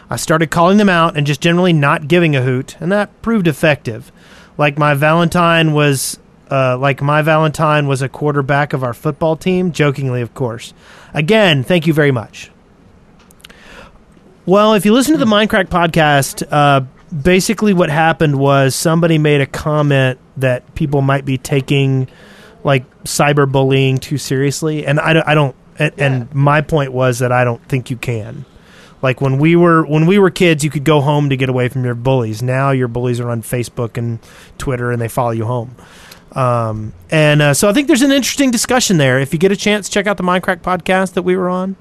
I started calling them out and just generally not giving a hoot, and that proved effective. Like my Valentine was, uh, like my Valentine was a quarterback of our football team, jokingly, of course. Again, thank you very much. Well, if you listen to the Minecraft podcast, uh, basically what happened was somebody made a comment that people might be taking like cyberbullying too seriously, and I, don't- I don't. And, and my point was that I don't think you can. Like when we were when we were kids, you could go home to get away from your bullies. Now your bullies are on Facebook and Twitter, and they follow you home. Um, and uh, so I think there's an interesting discussion there. If you get a chance, check out the Minecraft podcast that we were on.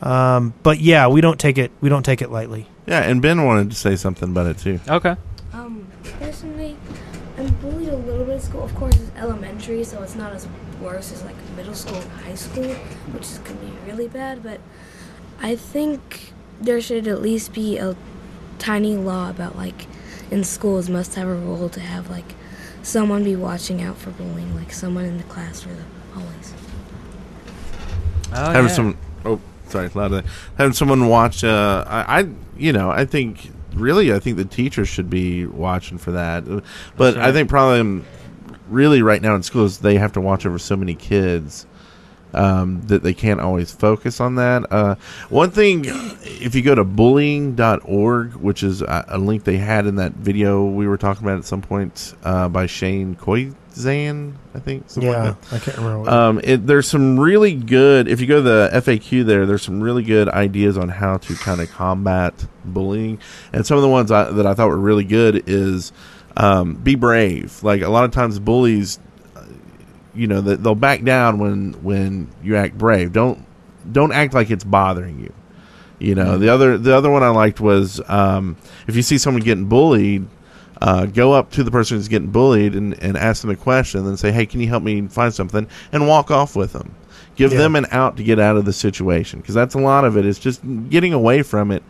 Um, but yeah, we don't take it we don't take it lightly. yeah, and Ben wanted to say something about it too. Okay. Um, personally, I'm bullied a little bit at school. Of course, it's elementary, so it's not as worse as like middle school and high school, which is gonna be really bad. But I think there should at least be a tiny law about like in schools must have a rule to have like someone be watching out for bullying, like someone in the class or the hallways. Oh, having yeah. some oh sorry loud there. having someone watch uh I, I you know i think really i think the teachers should be watching for that Uh, but That's i right. think problem really right now in schools they have to watch over so many kids um, that they can't always focus on that. Uh, one thing, if you go to bullying.org, which is a, a link they had in that video we were talking about at some point uh, by Shane Koizan, I think. something like that. I can't remember. What Um, it, there's some really good. If you go to the FAQ there, there's some really good ideas on how to kind of combat bullying. And some of the ones I, that I thought were really good is um, be brave. Like a lot of times, bullies, uh, you know, they- they'll back down when when you act brave. Don't don't act like it's bothering you. You know, the other the other one I liked was um, if you see someone getting bullied, uh, go up to the person who's getting bullied and, and ask them a question, and then say, "Hey, can you help me find something?" and walk off with them. Give Yeah. them an out to get out of the situation because that's a lot of it. It's just getting away from it,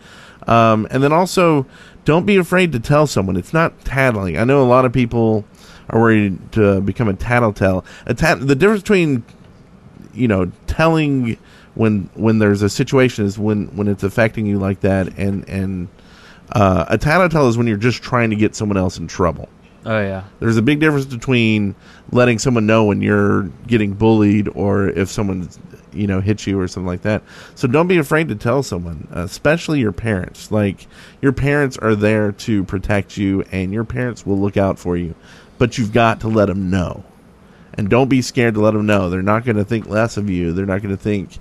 um, and then also don't be afraid to tell someone. It's not tattling. I know a lot of people are worried to become a tattletale. A tat- the difference between you know telling when when there's a situation is when when it's affecting you like that and and uh, a tattletale is when you're just trying to get someone else in trouble Oh yeah. there's a big difference between letting someone know when you're getting bullied or if someone you know hits you or something like that so don't be afraid to tell someone especially your parents like your parents are there to protect you and your parents will look out for you but you've got to let them know and don't be scared to let them know they're not going to think less of you they're not going to think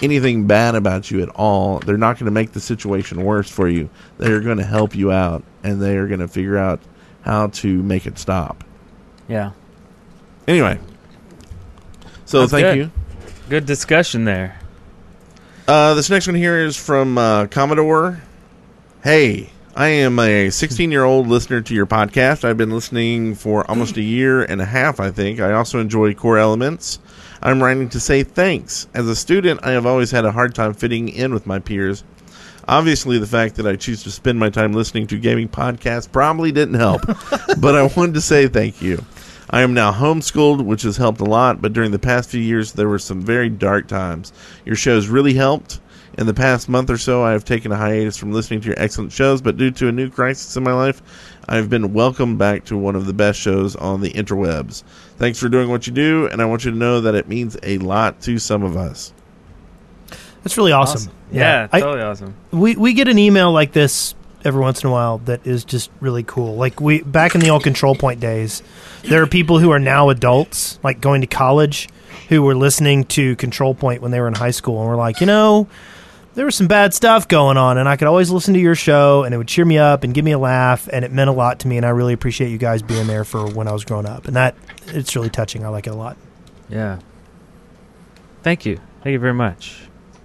anything bad about you at all they're not going to make the situation worse for you they're going to help you out and they are going to figure out how to make it stop Yeah. anyway so That's thank good. you Good discussion there. uh, this next one here is from uh, commodore hey i am a 16 year old listener to your podcast i've been listening for almost a year and a half i think i also enjoy core elements i'm writing to say thanks as a student i have always had a hard time fitting in with my peers Obviously, the fact that I choose to spend my time listening to gaming podcasts probably didn't help, but I wanted to say thank you. I am now homeschooled, which has helped a lot, but during the past few years, there were some very dark times. Your shows really helped. In the past month or so, I have taken a hiatus from listening to your excellent shows, but due to a new crisis in my life, I have been welcomed back to one of the best shows on the interwebs. Thanks for doing what you do, and I want you to know that it means a lot to some of us. That's really awesome. Yeah, I- totally awesome. we we get an email like this every once in a while that is just really cool. Like we back in the old control point days, there are people who are now adults, like going to college, who were listening to control point when they were in high school and were like, you know, there was some bad stuff going on, and I could always listen to your show, and it would cheer me up and give me a laugh, and it meant a lot to me, and I really appreciate you guys being there for when I was growing up, and that it's really touching. I like it a lot. Yeah. Thank you. Thank you very much.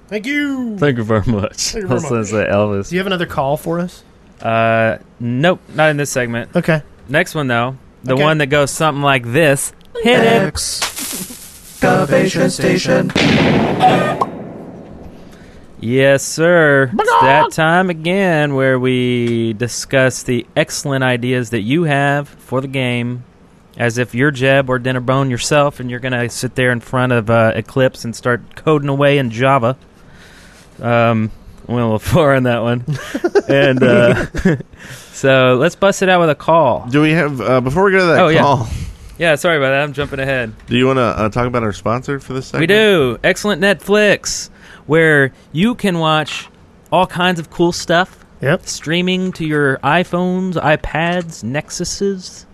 Thank you. Thank you very much. Thank you very Listen much. to Elvis. Do you have another call for us? Uh, nope, not in this segment. Okay. Next one though, the Okay. one that goes something like this. Hit it. Excavation Station. Yes, sir. It's that time again where we discuss the excellent ideas that you have for the game, as if you're Jeb or Dinnerbone yourself, and you're gonna sit there in front of uh, Eclipse and start coding away in Java. Um, went a little far on that one, and uh, so let's bust it out with a call. Do we have uh, before we go to that Oh, yeah. call? Yeah, sorry about that. I'm jumping ahead. Do you want to uh, talk about our sponsor for this? Segment? We do. Excellent Netflix, where you can watch all kinds of cool stuff Yep. streaming to your iPhones, iPads, Nexuses,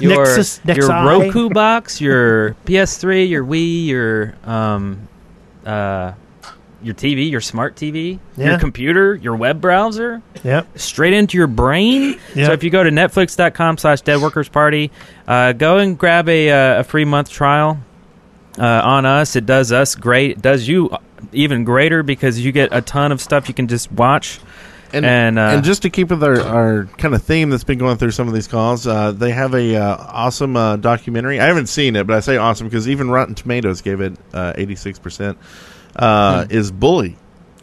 your, Nexus, your Nexi. Roku box, your PS3, your Wii, your um, uh, your TV, your smart TV, Yeah. your computer, your web browser Yep. straight into your brain. Yeah. So if you go to netflix.com slash deadworkersparty, uh, go and grab a, uh, a free month trial uh, on us. It does us great. It does you even greater because you get a ton of stuff you can just watch. and And, uh, and just to keep with our, our kind of theme that's been going through some of these calls, uh, they have a uh, awesome uh, documentary. I haven't seen it, but I say awesome because even Rotten Tomatoes gave it eighty six percent. uh, Hmm. Is Bully?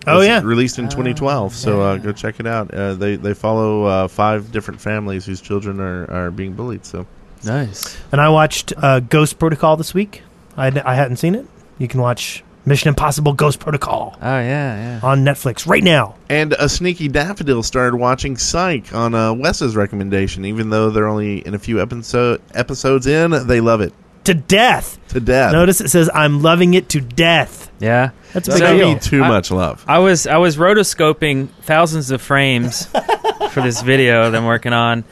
Oh, It's yeah. released in 2012. So uh, go check it out. Uh, they they follow uh, five different families whose children are, are being bullied. So Nice. And I watched uh, Ghost Protocol this week. I, I hadn't seen it. You can watch Mission Impossible Ghost Protocol Oh, yeah, on Netflix right now. And a sneaky daffodil started watching Psych on uh, Wes's recommendation. Even though they're only in a few episode, episodes in, they love it To death. to death. Notice it says, I'm loving it to death. Yeah. That's a They big So- give deal. me too I- much love. I was I was rotoscoping thousands of frames for this video that I'm working on.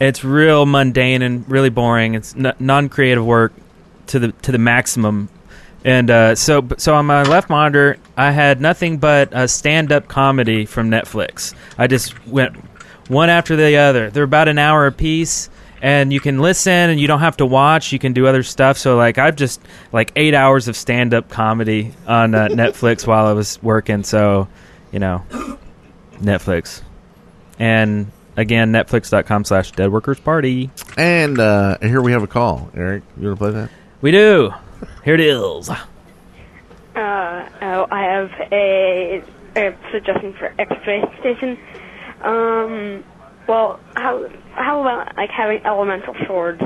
It's real mundane and really boring. It's n- non-creative work to the to the maximum. And uh, so so on my left monitor, I had nothing but a stand-up comedy from Netflix. I just went one after the other. They're about an hour apiece. And you can listen, and you don't have to watch. You can do other stuff. So, like, I've just like eight hours of stand-up comedy on uh, Netflix while I was working. So, you know, Netflix. And again, netflix.com slash deadworkersparty. And uh, here we have a call. Eric, you want to play that? We do. Here it is. Uh, oh, I have a, a suggestion for X-ray station. Um, well, how how about like having elemental swords?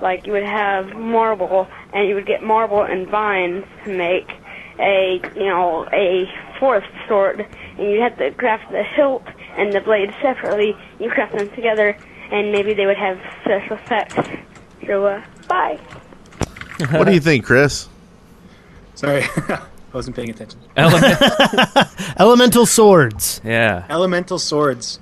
Like you would have marble, and you would get marble and vines to make a you know a forest sword, and you have to craft the hilt and the blade separately. You craft them together, and maybe they would have special effects. So, uh, bye. what do you think, Chris? Sorry, I wasn't paying attention. Element. Elemental swords. yeah. Elemental swords.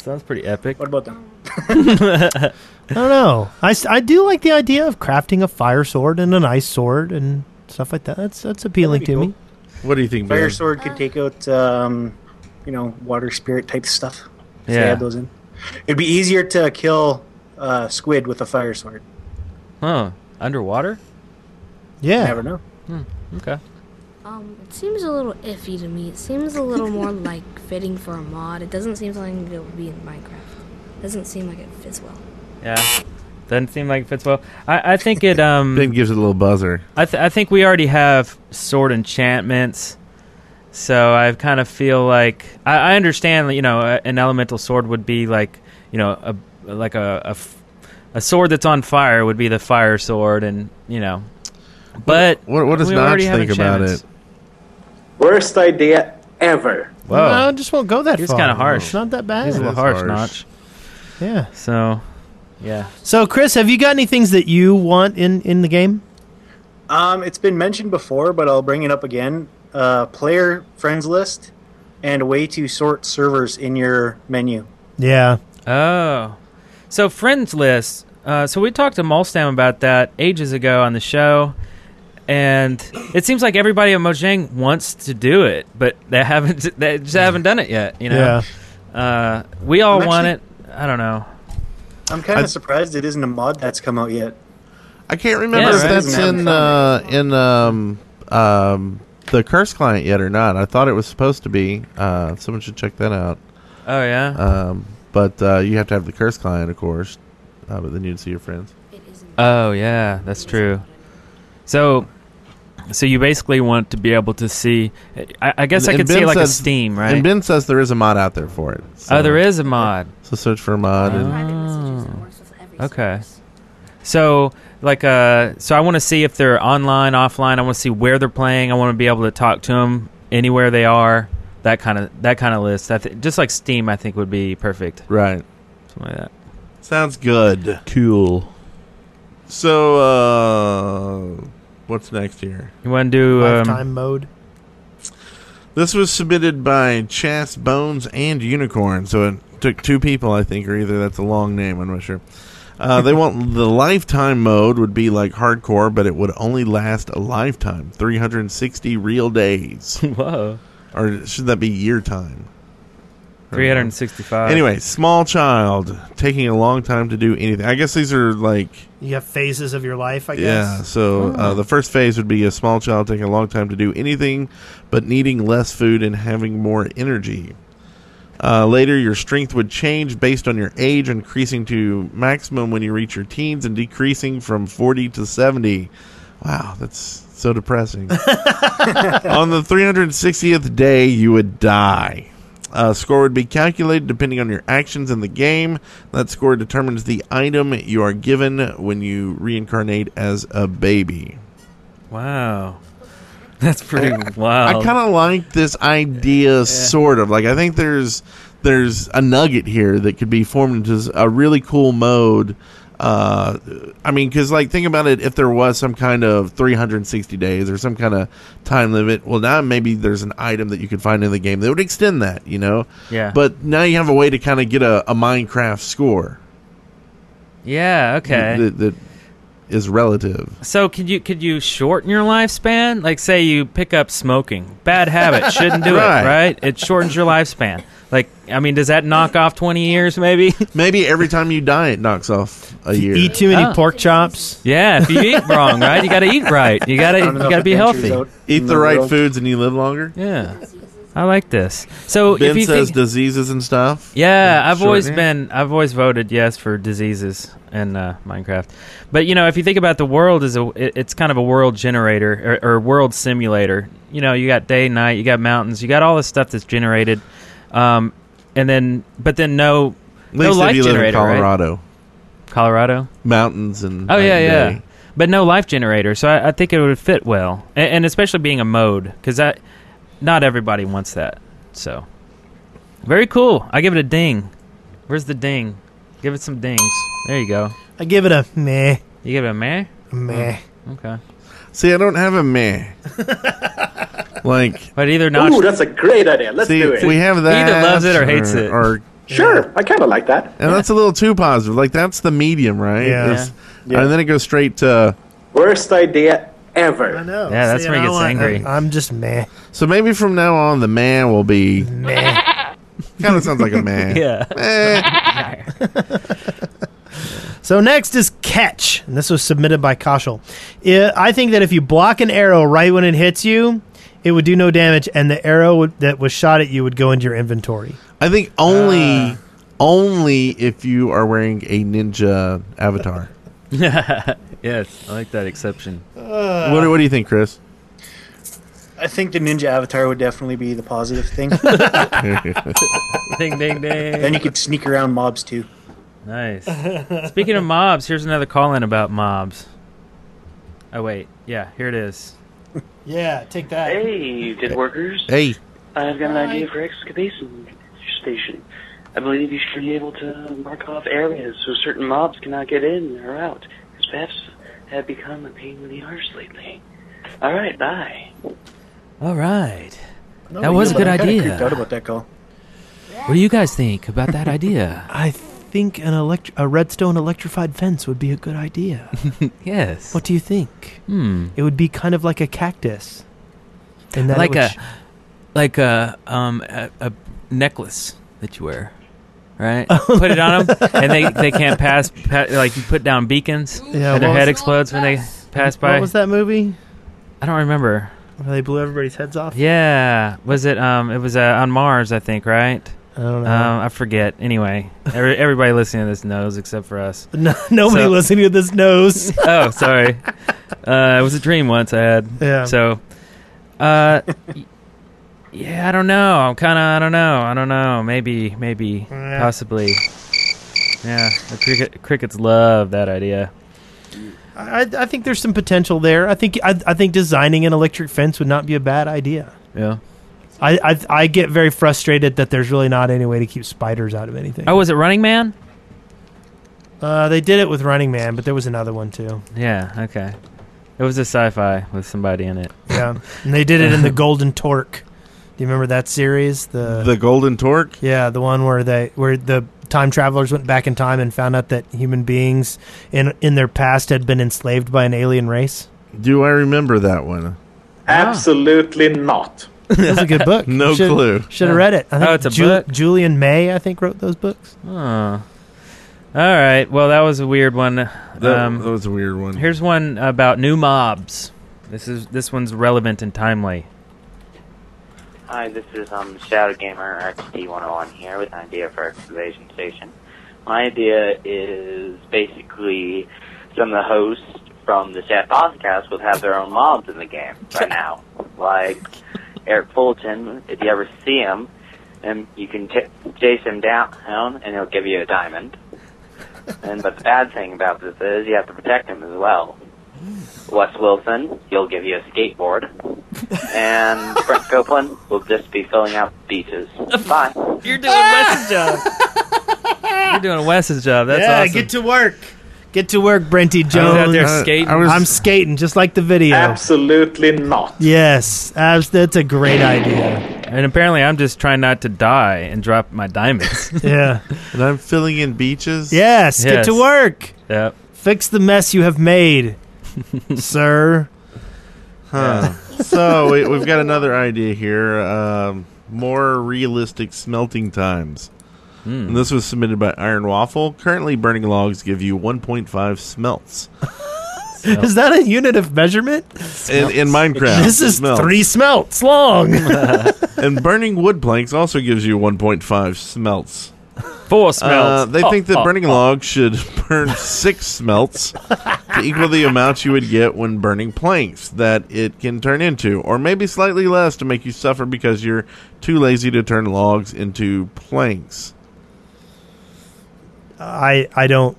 Sounds pretty epic. What about them? I don't know. I, s- I do like the idea of crafting a fire sword and an ice sword and stuff like that. That's that's appealing be to cool. me. What do you think, Fire Ben? sword could take out, um, you know, water spirit type stuff. If They Yeah. had those in. It'd be easier to kill uh, squid with a fire sword. Huh. Underwater? Yeah. Never know. Okay. Um, it seems a little iffy to me. It seems a little more like fitting for a mod. It doesn't seem something that would be in Minecraft. Doesn't seem like it fits well. Yeah. Doesn't seem like it fits well. I, I think it um Ben gives it a little buzzer. I, th- I think we already have sword enchantments, so I kind of feel like I, I understand. that, You know, a- an elemental sword would be like you know a like a, a f- a sword that's on fire would be the fire sword, and you know, but What, what does we Notch already have think about enchantments. it? Worst idea ever. Whoa, No, I just won't go that It's far. kinda harsh. It's not that Oh. he's a bad. little is harsh, harsh. Notch. Yeah. So, yeah, So, Chris, have you got any things that you want in, in the game? Um, it's been mentioned before, but I'll bring it up again. Uh, player friends list and a way to sort servers in your menu. Yeah. Oh, so friends list. Uh, so we talked to Molstam about that ages ago on the show, and it seems like everybody at Mojang wants to do it, but they haven't. They just haven't done it yet. You know. Uh, we all I'm want it. actually- I don't know. I'm kind I- of surprised it isn't a mod that's come out yet. I can't remember Yeah, if right. that's in uh, in um, um, the curse client yet or not. I thought it was supposed to be. Uh, someone should check that out. Oh yeah. Um, but uh, you have to have the curse client, of course. Uh, but then you'd see your friends. It isn't. Oh yeah, that's true. So, so you basically want to be able to see. I, I guess I And- and could see Ben like a says- Steam, right? And Ben says there is a mod out there for it. So, oh, there is a mod. So search for mod. and- Private messages that works with every Oh. Okay. service. So, like, uh, so I want to see if they're online, offline. I want to see where they're playing. I want to be able to talk to them anywhere they are. That kind of that kind of list. I th- just like Steam, I think would be perfect. right. Something like that. Sounds good. Cool. So, uh, what's next here? You want to do? Um, Lifetime mode. This was submitted by Chas Bones and Unicorn, so it took two people, I think, or either that's a long name, I'm not sure. Uh, they want the lifetime mode would be like hardcore, but it would only last a lifetime, 360 real days, um, whoa, or should that be year time? three hundred and sixty-five. Anyway, small child taking a long time to do anything. I guess these are like You have phases of your life, I yeah. guess. So uh, the first phase would be a small child taking a long time to do anything, but needing less food and having more energy. Uh, later, your strength would change based on your age, increasing to maximum when you reach your teens and decreasing from 40 to 70. Wow, that's so depressing. on the 360th day, you would die. Uh, score would be calculated depending on your actions in the game. That score determines the item you are given when you reincarnate as a baby. wow, that's pretty wild. I kind of like this idea, sort of. Like I think there's there's a nugget here that could be formed into s- a really cool mode. Uh, I mean, because like think about it, if there was some kind of 360 days or some kind of time limit, well, now maybe there's an item that you could find in the game that would extend that, you know. yeah, But now you have a way to kind of get a, a Minecraft score yeah, okay. that, that is relative. So could you could you shorten your lifespan? Like say you pick up smoking, bad habit, shouldn't do Right. it, right? It shortens your lifespan. Like I mean, does that knock off twenty years maybe? Maybe every time you die, it knocks off a year. Eat too many Oh. pork chops. yeah, if you eat wrong, right? You got to eat right. You got to Not you enough got to be adventures healthy. out Eat in the right world. foods and you live longer. Yeah, I like this. So if Ben you says think, diseases and stuff. yeah, I've Shorten always it. been I've always voted yes for diseases in uh, Minecraft. But you know, if you think about the world is a it- it's kind of a world generator or, or world simulator. You know, you got day, night, you got mountains, you got all this stuff that's generated. Um, and then but then no At least life if you live in generator, right? Colorado, Colorado. mountains and Oh night yeah, and yeah. day. But no life generator, so I, I think it would fit well, and, and especially being a mode, because I, not everybody wants that. So, very cool. I give it a ding. Where's the ding? Give it some dings. There you go. I give it a meh, You give it a meh. meh. Okay. See, I don't have a meh. like, But either not, Ooh, that's a great idea. Let's see, do it. we have that. loves it or hates it. Or sure, I kind of like that. and that's a little too positive. Like that's the medium, right? Yeah. It's- Yeah. And then it goes straight to. Worst idea I ever. know. Yeah, that's where he I gets want- angry. I'm just meh, So maybe from now on, the man will be meh. kind of sounds like a man. yeah. So next is catch, and this was submitted by Koshal. I I think that if you block an arrow right when it hits you, it would do no damage, and the arrow would, that was shot at you would go into your inventory. I think Uh. only only if you are wearing a ninja avatar. yes, I like that exception. Uh. what, what do you think, Chris? I think the ninja avatar would definitely be the positive thing. ding, ding, then ding. you could sneak around mobs too. Nice. Speaking of mobs, here's another call in about mobs. Oh wait, yeah, here it is. Yeah, take that. Hey, good workers. Hey, I've got an idea for excavation station. I believe you should be able to mark off areas so certain mobs cannot get in or out, because paths have become a pain in the arse lately. All right, bye. All right. No, That was a you know, good I'm kinda idea. creeped out about that call. What do you guys think about that idea? I think an elect- a redstone electrified fence would be a good idea. yes. What do you think? Hmm. It would be kind of like a cactus. And it like would a sh- like a um a, a necklace that you wear, right? put it on them, and they, they can't pass. Pa- like you put down beacons, Yeah, and their what was- head explodes when they pass by. What was that movie? I don't remember. Where they blew everybody's heads off? Yeah, was it? Um, it was uh, on Mars, I think, right? I don't know. Um, I forget. Anyway, every, everybody listening to this knows except for us. No, nobody So- listening to this knows. oh, sorry. Uh, it was a dream once I had. Yeah. So, uh, y- yeah, I don't know. I'm kind of, I don't know. I don't know. Maybe, maybe, Yeah. possibly. Yeah, the cricket, crickets love that idea. I, I think there's some potential there. I think I, I think designing an electric fence would not be a bad idea. Yeah. I, I I get very frustrated that there's really not any way to keep spiders out of anything. Oh, was it Running Man? Uh, they did it with Running Man, but there was another one too. Yeah. Okay. It was a sci-fi with somebody in it. Yeah, and they did it in the Golden Torque. Do you remember that series? The The Golden Torque? yeah, the one where they where the time travelers went back in time and found out that human beings in in their past had been enslaved by an alien race. Do I remember that one? Absolutely not. That was a good book. No Should- clue. Should have read it. I think Oh, it's a Ju- book? Julian May, I think, wrote those books. Oh. All right. Well, that was a weird one. That, Um, that was a weird one. Here's one about new mobs. This is this one's relevant and timely. Hi, this is um, Shadow Gamer XT101 here with an idea for Excavation Station. My idea is basically some of the hosts from the Chat Podcast would have their own mobs in the game right now. Like Eric Fulton, if you ever see him, and you can t- chase him down and he'll give you a diamond. And but the bad thing about this is you have to protect him as well. Wes Wilson, he'll give you a skateboard. And Brent Copeland will just be filling out beaches. Bye. You're doing Wes's job. You're doing Wes's job. That's yeah, awesome. get to work. Get to work, Brenty Jones. out there skating. I was- I'm skating just like the video. Absolutely not. Yes, abs- that's a great idea. and apparently, I'm just trying not to die and drop my diamonds. Yeah. and I'm filling in beaches. Yes, get to Yes. work. yep. Fix the mess you have made, sir. Huh. so we, we've got another idea here. Um, more realistic smelting times. And this was submitted by Iron Waffle. Currently, burning logs give you 1.5 smelts Is that a unit of measurement? in, in Minecraft. This is smelts. three smelts long. And burning wood planks also gives you 1.5 smelts. Four smells. Uh, they think Oh. that burning logs should burn six smelts to equal the amount you would get when burning planks that it can turn into, or maybe slightly less to make you suffer because you're too lazy to turn logs into planks. I I don't.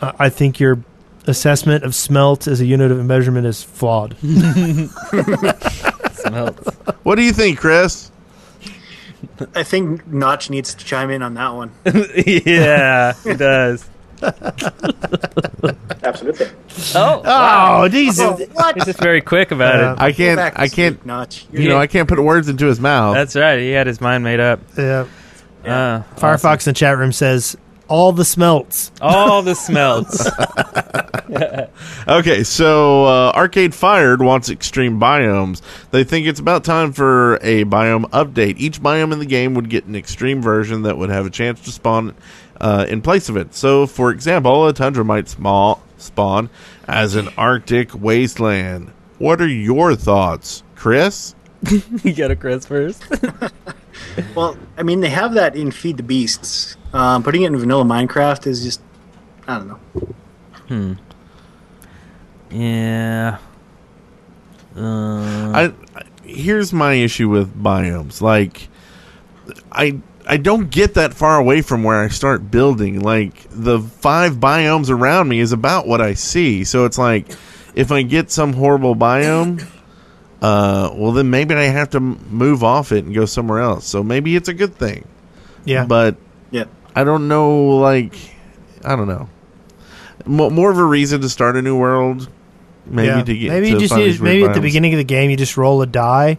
I I think your assessment of smelt as a unit of measurement is flawed. smells. What do you think, Chris? I think Notch needs to chime in on that one. yeah, it does. Absolutely. Oh, Oh, these. he's just very quick about Yeah. it. I can't. Back I to can't. sleep, Notch. You know, I can't put words into his mouth. That's right. He had his mind made up. Yeah. Uh, Firefox in the chat room says all the smelts. all the smells. Okay, so uh, Arcade Fired wants extreme biomes. They think it's about time for a biome update. Each biome in the game would get an extreme version that would have a chance to spawn uh, in place of it. So, for example, a tundra might small spawn as an Arctic wasteland. What are your thoughts, Chris? you got a Chris first. Well, I mean, they have that in Feed the Beasts. Um, putting it in vanilla Minecraft is just, I don't know. Yeah. Uh, I here's my issue with biomes. Like, I I don't get that far away from where I start building. Like the five biomes around me is about what I see. So it's like, if I get some horrible biome, uh, well then maybe I have to m- move off it and go somewhere else. So maybe it's a good thing. Yeah. But Yeah. I don't know. Like, I don't know. Mo more of a reason to start a new world. Maybe Yeah. to get maybe to you just find need, these weird maybe at the biomes. beginning of the game you just roll a die,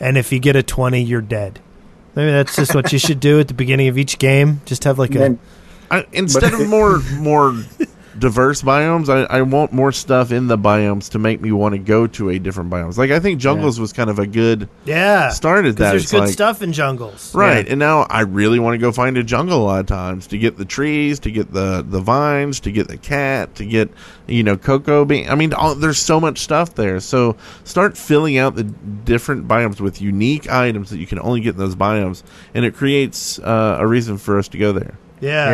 and if you get a twenty, you're dead. Maybe that's just what you should do at the beginning of each game. Just have like And then, a I, instead But- of more more diverse biomes, I, I want more stuff in the biomes to make me want to go to a different biomes. Like I think jungles was kind of a good Yeah. start at 'Cause that. There's It's good like- stuff in jungles. Right, Yeah. and now I really want to go find a jungle a lot of times to get the trees, to get the the vines, to get the cat, to get you know cocoa bean. I mean, all, there's so much stuff there. So start filling out the different biomes with unique items that you can only get in those biomes, and it creates uh, a reason for us to go there. Yeah.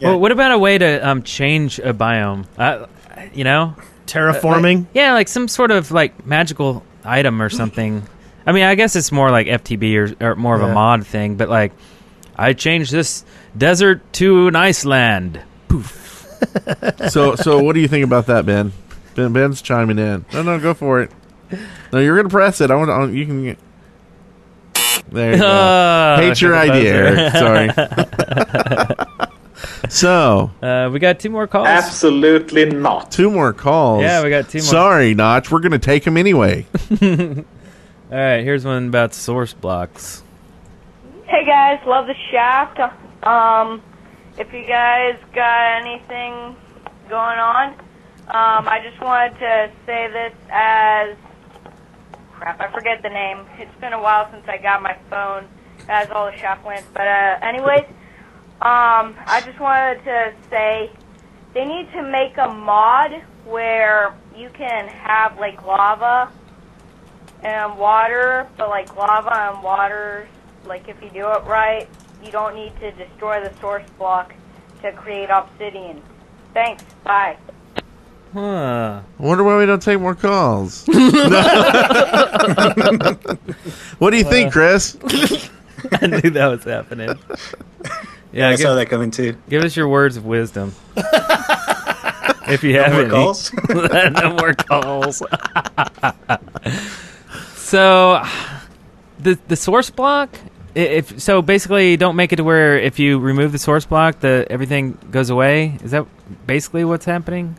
Yeah. Well, what about a way to um, change a biome? Uh, you know, Terraforming? Uh, like- yeah, like some sort of like magical item or something. I mean, I guess it's more like FTB or, or more of Yeah. a mod thing, but like, I changed this desert to an Iceland. so so what do you think about that, Ben? Ben Ben's chiming in. No, no, go for it. No, you're gonna press it. I want. I, you can. There you go. Oh, Uh, Hate your I idea. Eric. should've Sorry. so Uh, we got two more calls. Absolutely not. two more calls. Yeah, we got two more. Sorry, Notch. We're gonna take them anyway. All right, here's one about source blocks. Hey guys, love the shaft. Um, if you guys got anything going on, um, I just wanted to say this as crap. I forget the name. It's been a while since I got my phone. As all the shaft went, but uh, anyways, um, I just wanted to say they need to make a mod where you can have like lava and um, water, but like lava and water, like if you do it right, you don't need to destroy the source block to create obsidian. Thanks. Bye. Huh. I wonder why we don't take more calls. what do you think, Chris? I knew that was happening. Yeah, I saw that coming too. Give us your words of wisdom. if you have more any. calls? no more calls. so the the source block i- if so basically don't make it to where if you remove the source block the everything goes away. Is that basically what's happening?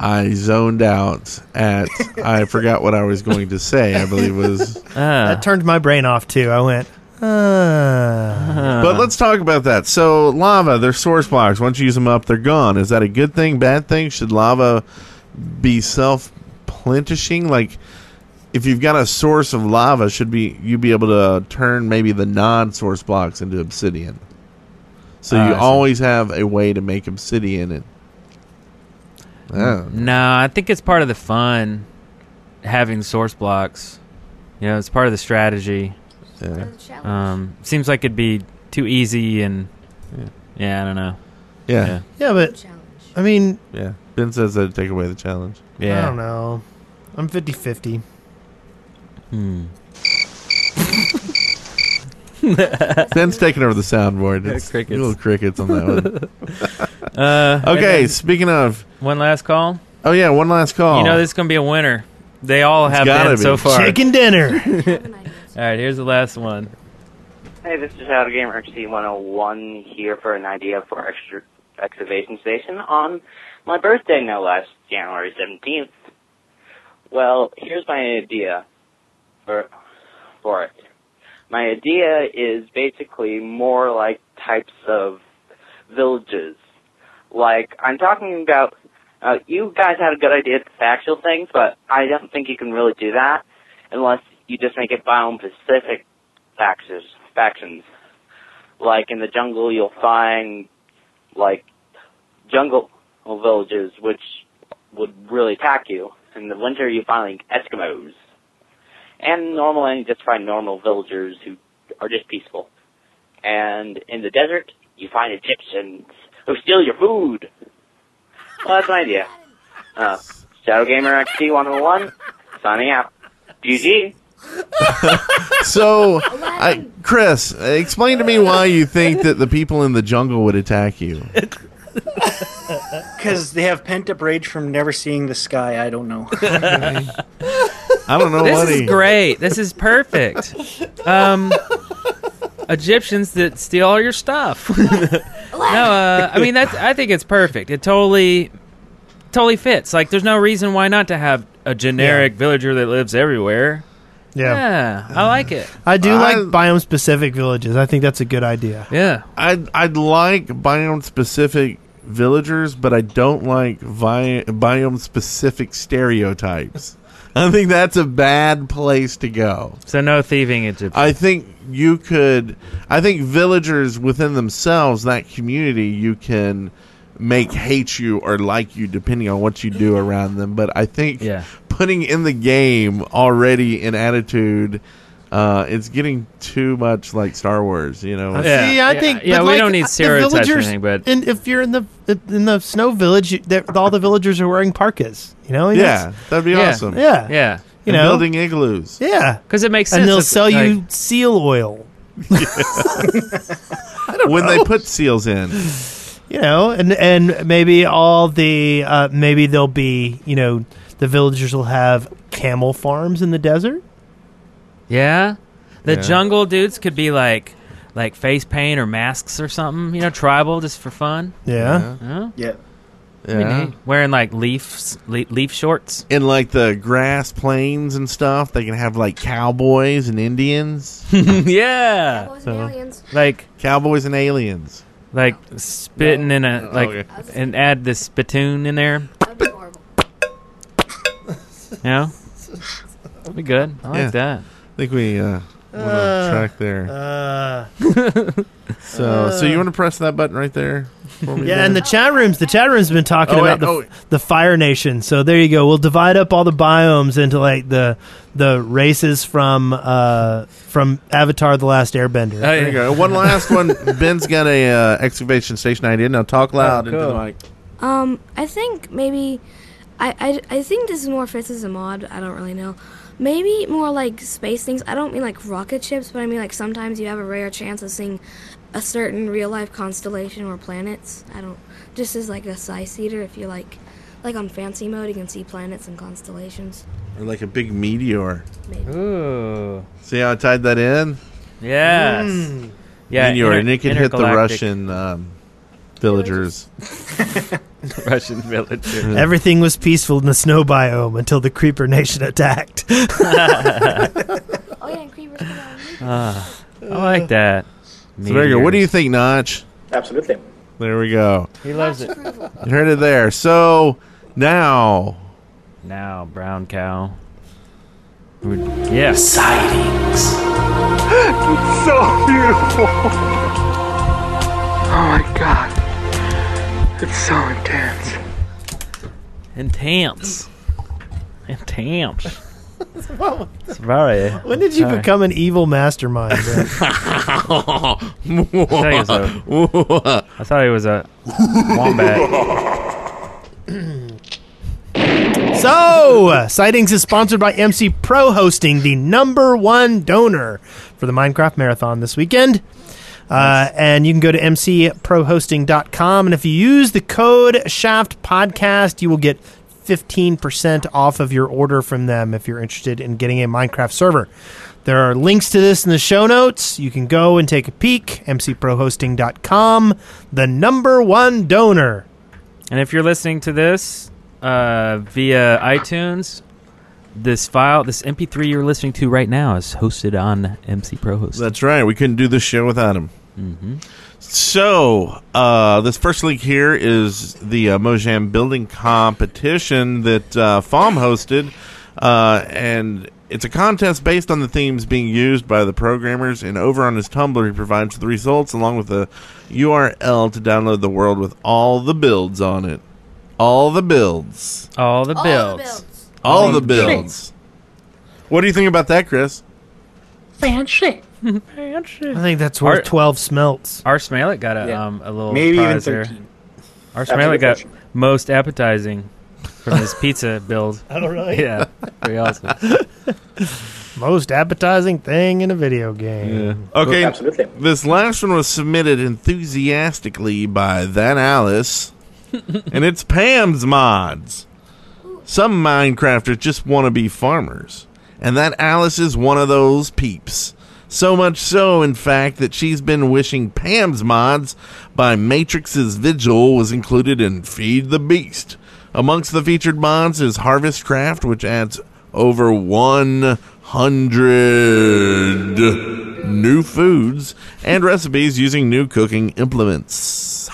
I zoned out at I forgot what I was going to say. I believe was Uh, Uh-huh. That turned my brain off too. I went, Uh-huh. uh. But let's talk about that. So lava, they're source blocks. Once you use them up, they're gone. Is that a good thing? Bad thing? Should lava be self plenishing? Like if you've got a source of lava, should be you be able to turn maybe the non source blocks into obsidian. So Ah, I you see. always have a way to make obsidian and Oh. No, I think it's part of the fun having source blocks. You know, it's part of the strategy. Um, seems like it'd be too easy and yeah, I don't know. Yeah. Yeah, but I mean, Yeah. Ben says that take away the challenge. I don't know. I'm 50 50. Hmm. Ben's taking over the soundboard. Yeah, It's crickets. Little crickets on that one. Uh, and okay, then speaking of. one last call. Oh, yeah, one last call. You know this is gonna be a winner. They all It's have gotta been be. so far. Chicken dinner. all right, here's the last one. Hey, this is How to Gamer XT101 here for an idea for extra excavation station on my birthday, no less, January 17th. Well, here's my idea for, for it. My idea is basically more like types of villages. Like, I'm talking about, uh, you guys had a good idea at the factual things, but I don't think you can really do that unless you just make it biome specific factions. Factions. Like in the jungle, you'll find like jungle villages, which would really attack you. In the winter, you find like Eskimos, and normally you just find normal villagers who are just peaceful. And in the desert, you find Egyptians who steal your food. Well, that's my idea. Uh, Shadow Gamer XT 101 signing out. GG. so, I, Chris, explain to me why you think that the people in the jungle would attack you. Because they have pent up rage from never seeing the sky. I don't know. I don't know this what is he. great. This is perfect. Um, Egyptians that steal all your stuff. no, uh, I mean that's. I think it's perfect. It totally, totally fits. Like, there's no reason why not to have a generic villager that lives everywhere. Yeah. Yeah, I like it. I do I- like biome specific villages. I think that's a good idea. Yeah. I'd I'd like biome specific villagers, but I don't like vi- biome specific stereotypes. I think that's a bad place to go. So no thieving Egyptians. I think you could I think villagers within themselves, that community, you can make hate you or like you depending on what you do around them. But I think Yeah. putting in the game already an attitude uh, it's getting too much like Star Wars, you know. See, I think, yeah, but we like, don't need the stereotypes or villagers- anything, but- and if you're in the in the snow village, you- they're- all the villagers are wearing parkas. You know, Yeah, That's- that'd be Yeah. awesome. Yeah, Yeah. You And know? building igloos. yeah, 'Cause it makes And sense they'll if, sell like- you seal oil. when know. they put seals in. you know, and and maybe all the uh, maybe there'll be you know the villagers will have camel farms in the desert. Yeah. The Yeah. jungle dudes could be like like face paint or masks or something, you know, tribal just for fun. Yeah. Huh? Yeah. That'd be Yeah. neat. Wearing like leafs le- leaf shorts. In like the grass plains and stuff, they can have like cowboys and Indians. yeah. Cowboys and aliens. Like cowboys and aliens. Like spitting in a like and add the spittoon in there. Yeah. Be good. I like Yeah. that. I think we uh, went Uh, uh. off track there. so, so you want to press that button right there? for me Yeah, there? and the chat rooms. The chat room's been talking Oh, wait, about the, oh, wait. the Fire Nation. So there you go. We'll divide up all the biomes into like the the races from uh from Avatar: The Last Airbender. there you go. One last one. Ben's got a uh, excavation station idea. Now talk Oh, loud into the cool. mic. Um, I think maybe, I, I, I think this is more fits as a mod. I don't really know. Maybe more like space things. I don't mean like rocket ships, but I mean like sometimes you have a rare chance of seeing a certain real life constellation or planets. I don't. Just as like a sightseer, if you like, like on fancy mode, you can see planets and constellations. Or like a big meteor. Ooh. See how I tied that in? Yes. Yeah. meteor, inter- and it can hit the intergalactic Russian um, villagers. Russian village. Everything was peaceful in the snow biome until the Creeper Nation attacked. Oh yeah, and creepers come out. Ah, I like that. So there you go. What do you think, Notch? Absolutely. There we go. He loves it. You heard it there. So now, Now, brown cow. Yes. Sightings. it's so beautiful. Oh my god. It's so intense. Intense. Intense. It's very. when did you Sorry. become an evil mastermind? Brent? I, think it was a- I thought it was a wombat. So, Sightings is sponsored by MC Pro Hosting, the number one donor for the Minecraft Marathon this weekend. Uh, and you can go to mcprohosting.com. And if you use the code Shaft Podcast, you will get 15% off of your order from them if you're interested in getting a Minecraft server. There are links to this in the show notes. You can go and take a peek. mcprohosting.com, the number one donor. And if you're listening to this uh, via iTunes, this file, this MP3 you're listening to right now, is hosted on MC Pro Host. that's right. We couldn't do this show without him. Mm-hmm. So uh, this first link here is the uh, Mojang Building Competition that uh, FOM hosted, uh, and it's a contest based on the themes being used by the programmers. And over on his Tumblr, he provides the results along with the URL to download the world with all the builds on it. All the builds. All the builds. All the builds. What do you think about that, Chris? Fancy. I think that's worth Our- 12 smelts. Our Smalet got a, um, a little Maybe even prize there. 13. Our After Smalet the got first most appetizing from his pizza build. Oh, really? Yeah, pretty awesome. Most appetizing thing in a video game. Okay. This last one was submitted enthusiastically by that Alice, and it's Pam's mods. Some Minecrafters just want to be farmers, and that Alice is one of those peeps. So much so, in fact, that she's been wishing Pam's mods by Matrix's Vigil was included in Feed the Beast. Amongst the featured mods is Harvest Craft, which adds over 100 hundred new foods and recipes using new cooking implements.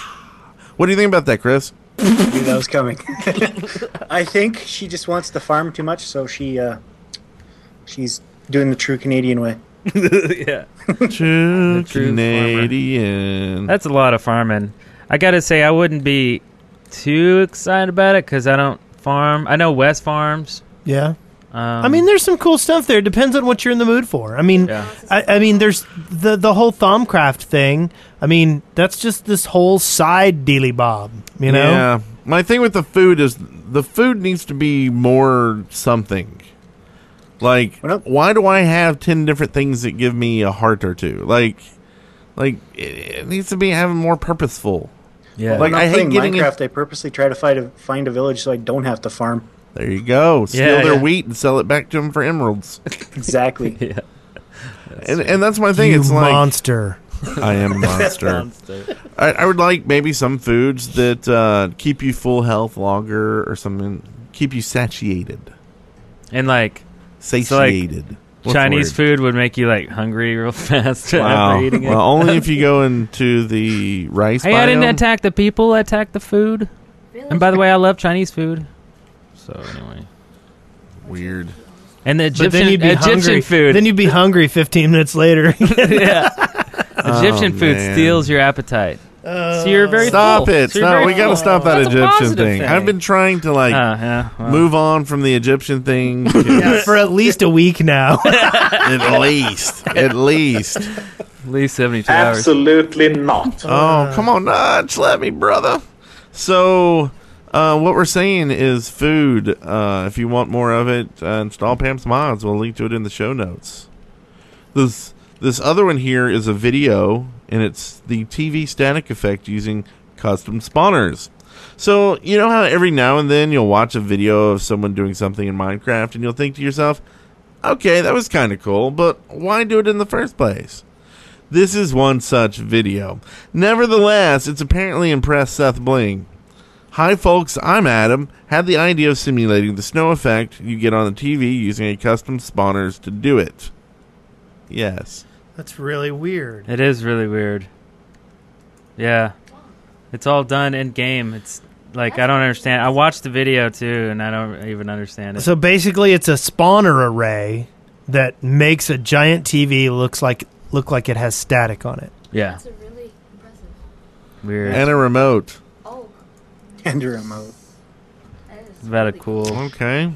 What do you think about that, Chris? knew that was coming. I think she just wants to farm too much, so she uh, she's doing the true Canadian way. yeah. True farmer. Canadian. That's a lot of farming. I gotta say, I wouldn't be too excited about it because I don't farm. I know West farms. Yeah. Um, I mean, there's some cool stuff there. It depends on what you're in the mood for. I mean, I, I mean, there's the the whole thumbcraft thing. I mean, that's just this whole side dealy bob. You know, Yeah. My thing with the food is the food needs to be more something. Like, why do I have ten different things that give me a heart or two? Like, like it, it needs to be having more purposeful. Well, like when I'm I hate playing getting. in- Minecraft. I purposely try to find a find a village so I don't have to farm. there you go. Steal Yeah, their yeah. wheat and sell it back to them for emeralds. Exactly. yeah. and and that's my thing. You it's like monster. I am a monster. I, I would like maybe some foods that uh, keep you full health longer or something, keep you satiated. And like so, like, satiated. What's the Chinese word? food would make you like hungry real fast Wow. after eating it. Well, only if you go into the rice. Hey, I didn't biome. attack the people. I attacked the food. And by the way, I love Chinese food. So anyway, weird. And the Egyptian Egyptian hungry. food. Then you'd be hungry 15 minutes later. yeah. Egyptian Oh, food man. steals your appetite. so you're very stop full. it. So you're Stop. very We got to full. stop that That's a Egyptian positive thing. I've been trying to like Uh, yeah, well. move on from the Egyptian thing. Yeah, for at least a week now. at least, at least, at least seventy-two Absolutely not. Oh, come on, Nudge. Let me, brother. So, uh, what we're saying is food. Uh, if you want more of it, uh, install Pam's Mods. We'll link to it in the show notes. This this other one here is a video, and it's the TV static effect using custom spawners. So you know how every now and then you'll watch a video of someone doing something in Minecraft, and you'll think to yourself, "Okay, that was kind of cool, but why do it in the first place?" This is one such video. Nevertheless, it's apparently impressed Seth Bling. Hi, folks, I'm Adam. Had the idea of simulating the snow effect you get on the TV using a custom spawners to do it. Yes. That's really weird. It is really weird. Yeah. It's all done in game. It's like I don't understand. I watched the video too and I don't even understand it. So basically, it's a spawner array that makes a giant TV looks like look like it has static on it. yeah. Weird. And a remote. Oh, And a remote. It's about a cool. Okay.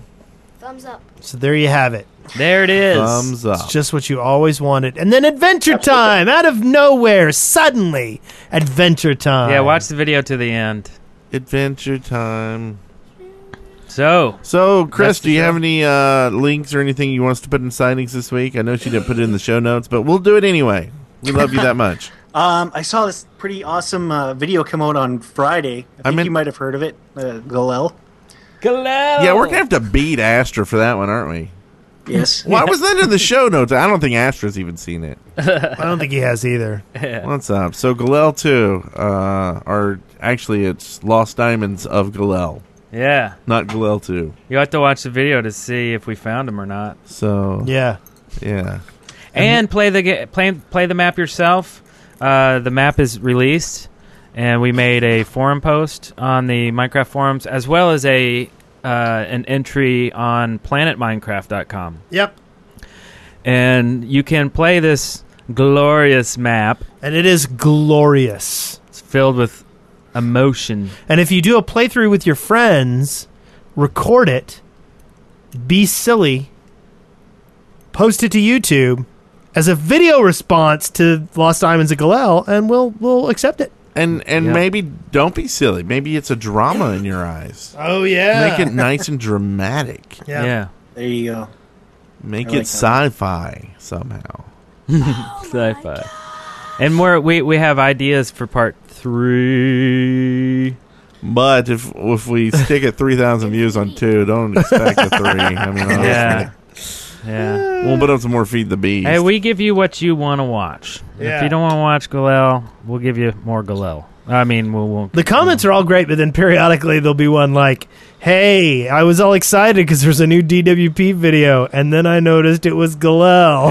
Thumbs up. So there you have it. There it is. Thumbs up. It's just what you always wanted. And then Adventure Time out of nowhere, suddenly Adventure Time. Yeah, watch the video to the end. Adventure time. So, So, Chris, That's the do you show. have any uh, links or anything you want us to put in sightings this week? I know she didn't put it in the show notes, but we'll do it anyway. We love you that much. Um, I saw this pretty awesome uh, video come out on Friday. I think you might have heard of it, uh, Galel. Galel. Yeah, we're gonna have to beat Astra for that one, aren't we? Yes. Why was that in the show notes? I don't think Astra's even seen it. I don't think he has either. What's up? So Galel two uh, are actually it's Lost Diamonds of Galel, yeah. not Galel two. You have to watch the video to see if we found him or not. So Yeah. yeah. and play the ga- play play the map yourself. Uh, the map is released, and we made a forum post on the Minecraft forums as well as a uh, an entry on planetminecraft.com. Yep. And you can play this glorious map. And it is glorious. It's filled with emotion. And if you do a playthrough with your friends, record it, be silly, post it to YouTube as a video response to Lost Diamonds of Galel, and we'll we'll accept it. And and Yeah. maybe don't be silly. Maybe it's a drama in your eyes. Oh Make it nice and dramatic. Yeah. There you go. Make I it like that. sci-fi somehow. Oh Sci-fi. uh, And more, we we have ideas for part three. But if if we stick at three thousand views on two, don't expect a three. I mean, honestly. Yeah. Yeah. We'll put up some more feed the beast. Hey, we give you what you want to watch. And If Yeah. you don't want to watch Galil, we'll give you more Galil. I mean, we'll, we'll The comments are all great, but then periodically there'll be one like, "Hey, I was all excited because there's a new DWP video, and then I noticed it was Galel."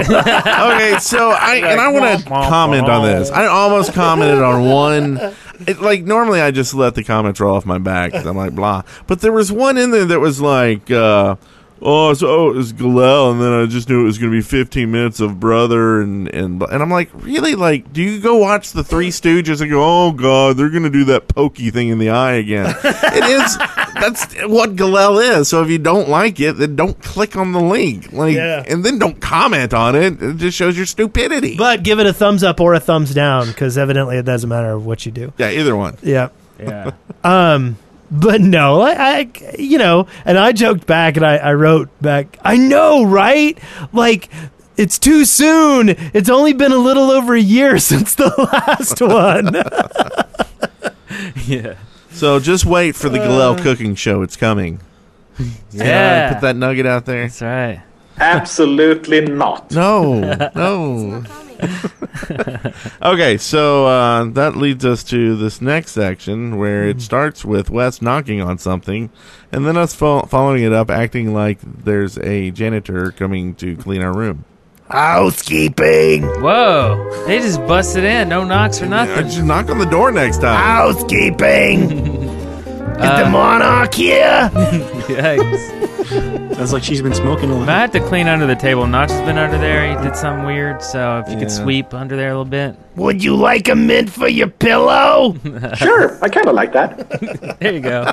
okay, so I and I want to comment on this. I almost commented on one. It, like normally, I just let the comments roll off my back. 'cause I'm like blah, but there was one in there that was like, uh, oh, so oh, it was Galel, and then I just knew it was going to be 15 minutes of brother and and blah. and I'm like, really? Like, do you go watch the Three Stooges and go, oh god, they're going to do that pokey thing in the eye again? it is. That's what Galel is. So if you don't like it, then don't click on the link. Like, Yeah. and then don't comment on it. It just shows your stupidity. but give it a thumbs up or a thumbs down because evidently it doesn't matter what you do. Yeah, either one. Yeah. Yeah. Um, but no, I, I, you know, and I joked back and I, I wrote back, I know, right? Like, it's too soon. It's only been a little over a year since the last one. yeah. So just wait for the Galel cooking show. It's coming. Yeah. put that nugget out there. That's right. Absolutely not. No, no. okay, so uh, that leads us to this next section where it starts with Wes knocking on something, and then us fo- following it up, acting like there's a janitor coming to clean our room. Housekeeping. Whoa. They just busted in. No knocks or nothing. Just knock on the door next time. Housekeeping. Is Uh. the monarch here? Yikes. Sounds like she's been smoking a But lot. I had to clean under the table. Notch has been under there. He did something weird. So if you could Yeah. sweep under there a little bit. Would you like a mint for your pillow? Sure, I kind of like that. There you go.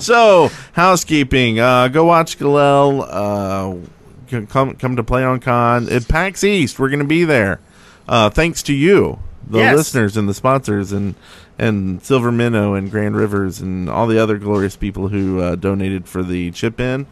So, housekeeping. Uh, go watch Galil. Uh, c- come come to Play on Con at PAX East. We're going to be there. Uh, thanks to you, the Yes. listeners and the sponsors, and and Silver Minnow and Grand Rivers and all the other glorious people who uh, donated for the chip in.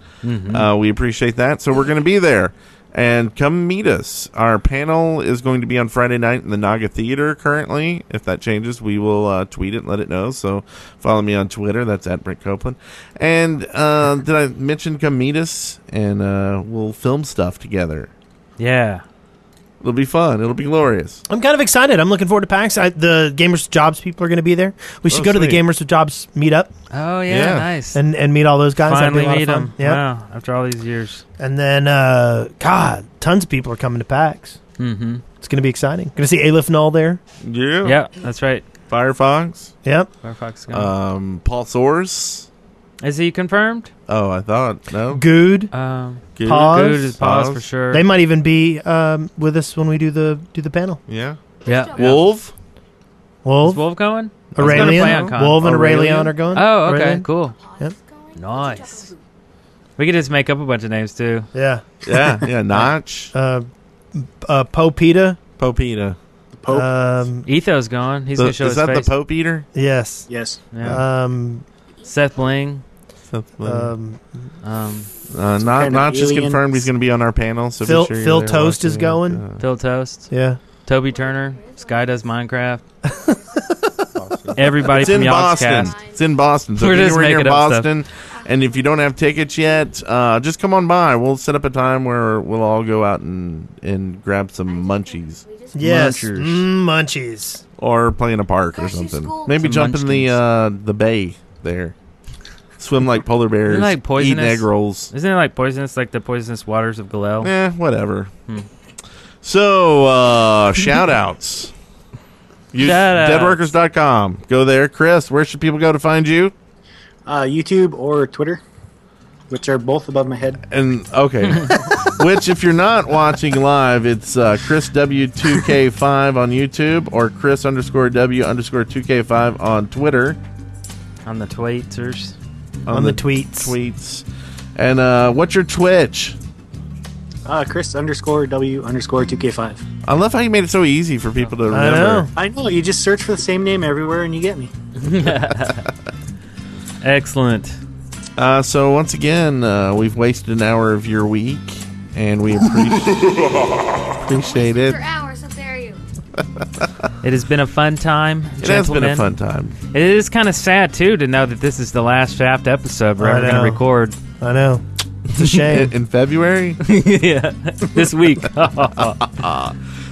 Uh, we appreciate that. So we're going to be there. And come meet us. Our panel is going to be on Friday night in the Naga Theater currently. If that changes, we will uh, tweet it, let it know. So follow me on Twitter. That's at Brent Copeland. And uh, did I mention come meet us? And uh, we'll film stuff together. Yeah. It'll be fun. It'll be glorious. I'm kind of excited. I'm looking forward to PAX. I, the Gamers with Jobs people are going to be there. We should Oh, go to the sweet. Gamers with Jobs meetup Oh, yeah. Yeah. Nice. and, and meet all those guys. That'd be a Finally lot of meet fun. him. Yeah. Wow. After all these years. And then, uh, God, tons of people are coming to PAX. Mm-hmm. It's going to be exciting. Going to see Alif Null there. Yeah. Yeah. That's right. Firefox. Yep. Firefox. is coming. Um, Paul Source. Uh, is he confirmed? Oh, I thought. No. Good. Um, Good. Pause. Good is pause Pause. for sure. They might even be um, with us when we do the do the panel. Yeah. yeah. yeah. Wolf. Is Wolf, Wolf going? I was gonna play on Aurelion, con. Wolf, and Aurelion? Aurelion are going. Oh, okay, Aurelion? cool. Yep. Nice. We could just make up a bunch of names too. Yeah. Yeah. Yeah. Notch. Uh, uh, Poe Pita. Popita. Pope. Um, Etho's gone. He's The- gonna show is his that face. the uh, Pope Eater? yes. yes. yeah. Um, Seth Bling. Uh, um, Um, Uh, kind not of not just alien. confirmed. He's going to be on our panel. So be Phil- sure you're Phil there Toast watching is it. going. Uh, Phil Toast. yeah. Toby Turner. Sky does Minecraft. Everybody it's from in Yogg's Boston. cast. It's in Boston. So We're if just anywhere near making up stuff. Boston, and if you don't have tickets yet, uh, just come on by. We'll set up a time where we'll all go out and and grab some munchies Yes. Munchers. Mm, munchies. or play in a park or Go to something. school. Maybe Some jump in the munchkins. uh, the bay there. Swim like polar bears. like eat poisonous? egg rolls. Isn't it like poisonous, like the poisonous waters of Galil? Eh, whatever. Hmm. So, uh, shout outs. Use Shout-outs. deadworkers.com. Go there. Chris, where should people go to find you? Uh, YouTube or Twitter, which are both above my head. And, okay. Which, if you're not watching live, it's uh, Chris W2K5 on YouTube or Chris underscore W underscore 2K5 on Twitter. On the tweeters. On, the, tweets. tweets. And uh, what's your Twitch? Uh, Chris underscore W underscore 2K5. I love how you made it so easy for people to remember. I know. I know, you just search for the same name everywhere and you get me. Excellent. Uh, so once again, uh, we've wasted an hour of your week, and we appreciate, appreciate it. For hours, how dare you? It has been a fun time. It has been a fun gentlemen. time. It is kind of sad too to know that this is the last Shaft episode we're I ever going to know. record. I know. It's a shame. In, in February. yeah, this week.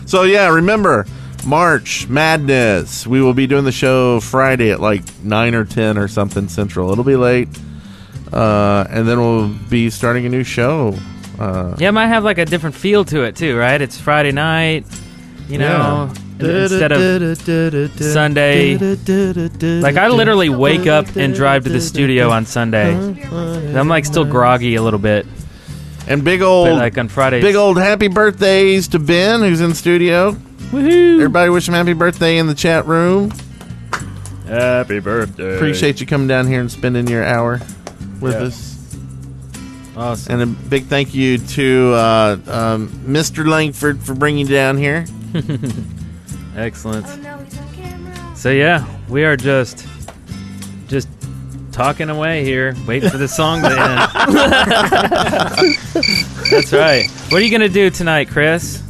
so yeah, remember March Madness. We will be doing the show Friday at like 9 or 10 or something central. It'll be late. Uh, and then we'll be starting a new show. Uh, Yeah, it might have like a different feel to it too, right? It's Friday night, you know, Yeah. in- instead of Sunday. Like I literally wake up and drive to the studio on Sunday. I'm like still groggy a little bit. And big old like on Fridays. Big old happy birthdays to Ben, who's in studio. Woohoo! Everybody wish him happy birthday in the chat room. Happy birthday. Appreciate you coming down here and spending your hour with Yeah. us. Awesome. And a big thank you to uh, um, Mr. Langford for bringing you down here. Excellent. Oh, So yeah, we are just just talking away here, waiting for the song to end. That's right. What are you gonna do tonight, Chris?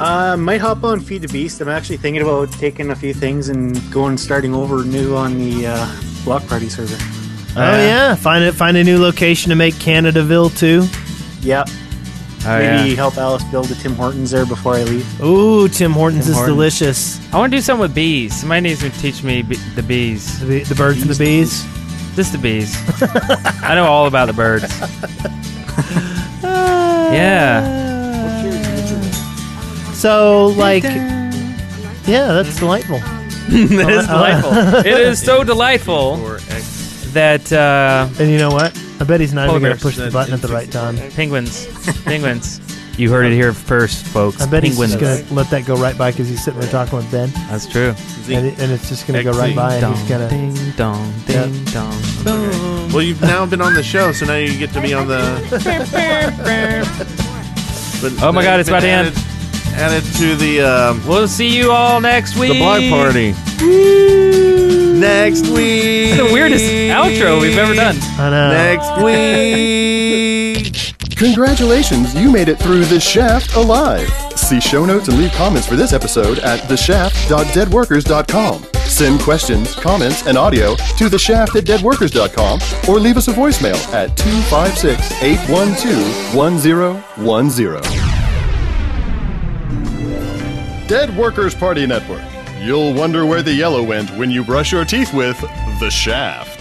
Uh, might hop on Feed the Beast. I'm actually thinking about taking a few things and going starting over new on the uh, block party server. Oh yeah, find it. Find a new location to make Canadaville too. Yep. Oh, Maybe yeah. help Alice build a Tim Hortons there before I leave. Ooh, Tim Hortons Tim is Hortons. delicious. I want to do something with bees. Somebody needs to teach me be- the bees. The, birds and the bees? Just the bees. I know all about the birds. yeah. Ah. So like, yeah, that's delightful. it is delightful. It is so delightful that. Uh, and you know what? I bet he's not Polar even going to bears. push the button at the right time. Penguins. Penguins. You heard it here first, folks. I bet he's Penguins. just going to let that go right by because he's sitting there talking with Ben. That's true. And, it- and it's just going to go right Ding by, and he's dong, going to. Ding dong, Yep. ding dong. Well, you've now been on the show, so now you get to be on the. but Oh my God, it's about to end. added, Added to the. Um, we'll see you all next week. The block party. Next week. It's the weirdest outro we've ever done. I know. Next week. Congratulations, you made it through The Shaft alive. See show notes and leave comments for this episode at theshaft.deadworkers.com. Send questions, comments, and audio to theshaft at deadworkers.com or leave us a voicemail at 256 812 1010. Dead Workers Party Network. You'll wonder where the yellow went when you brush your teeth with The Shaft.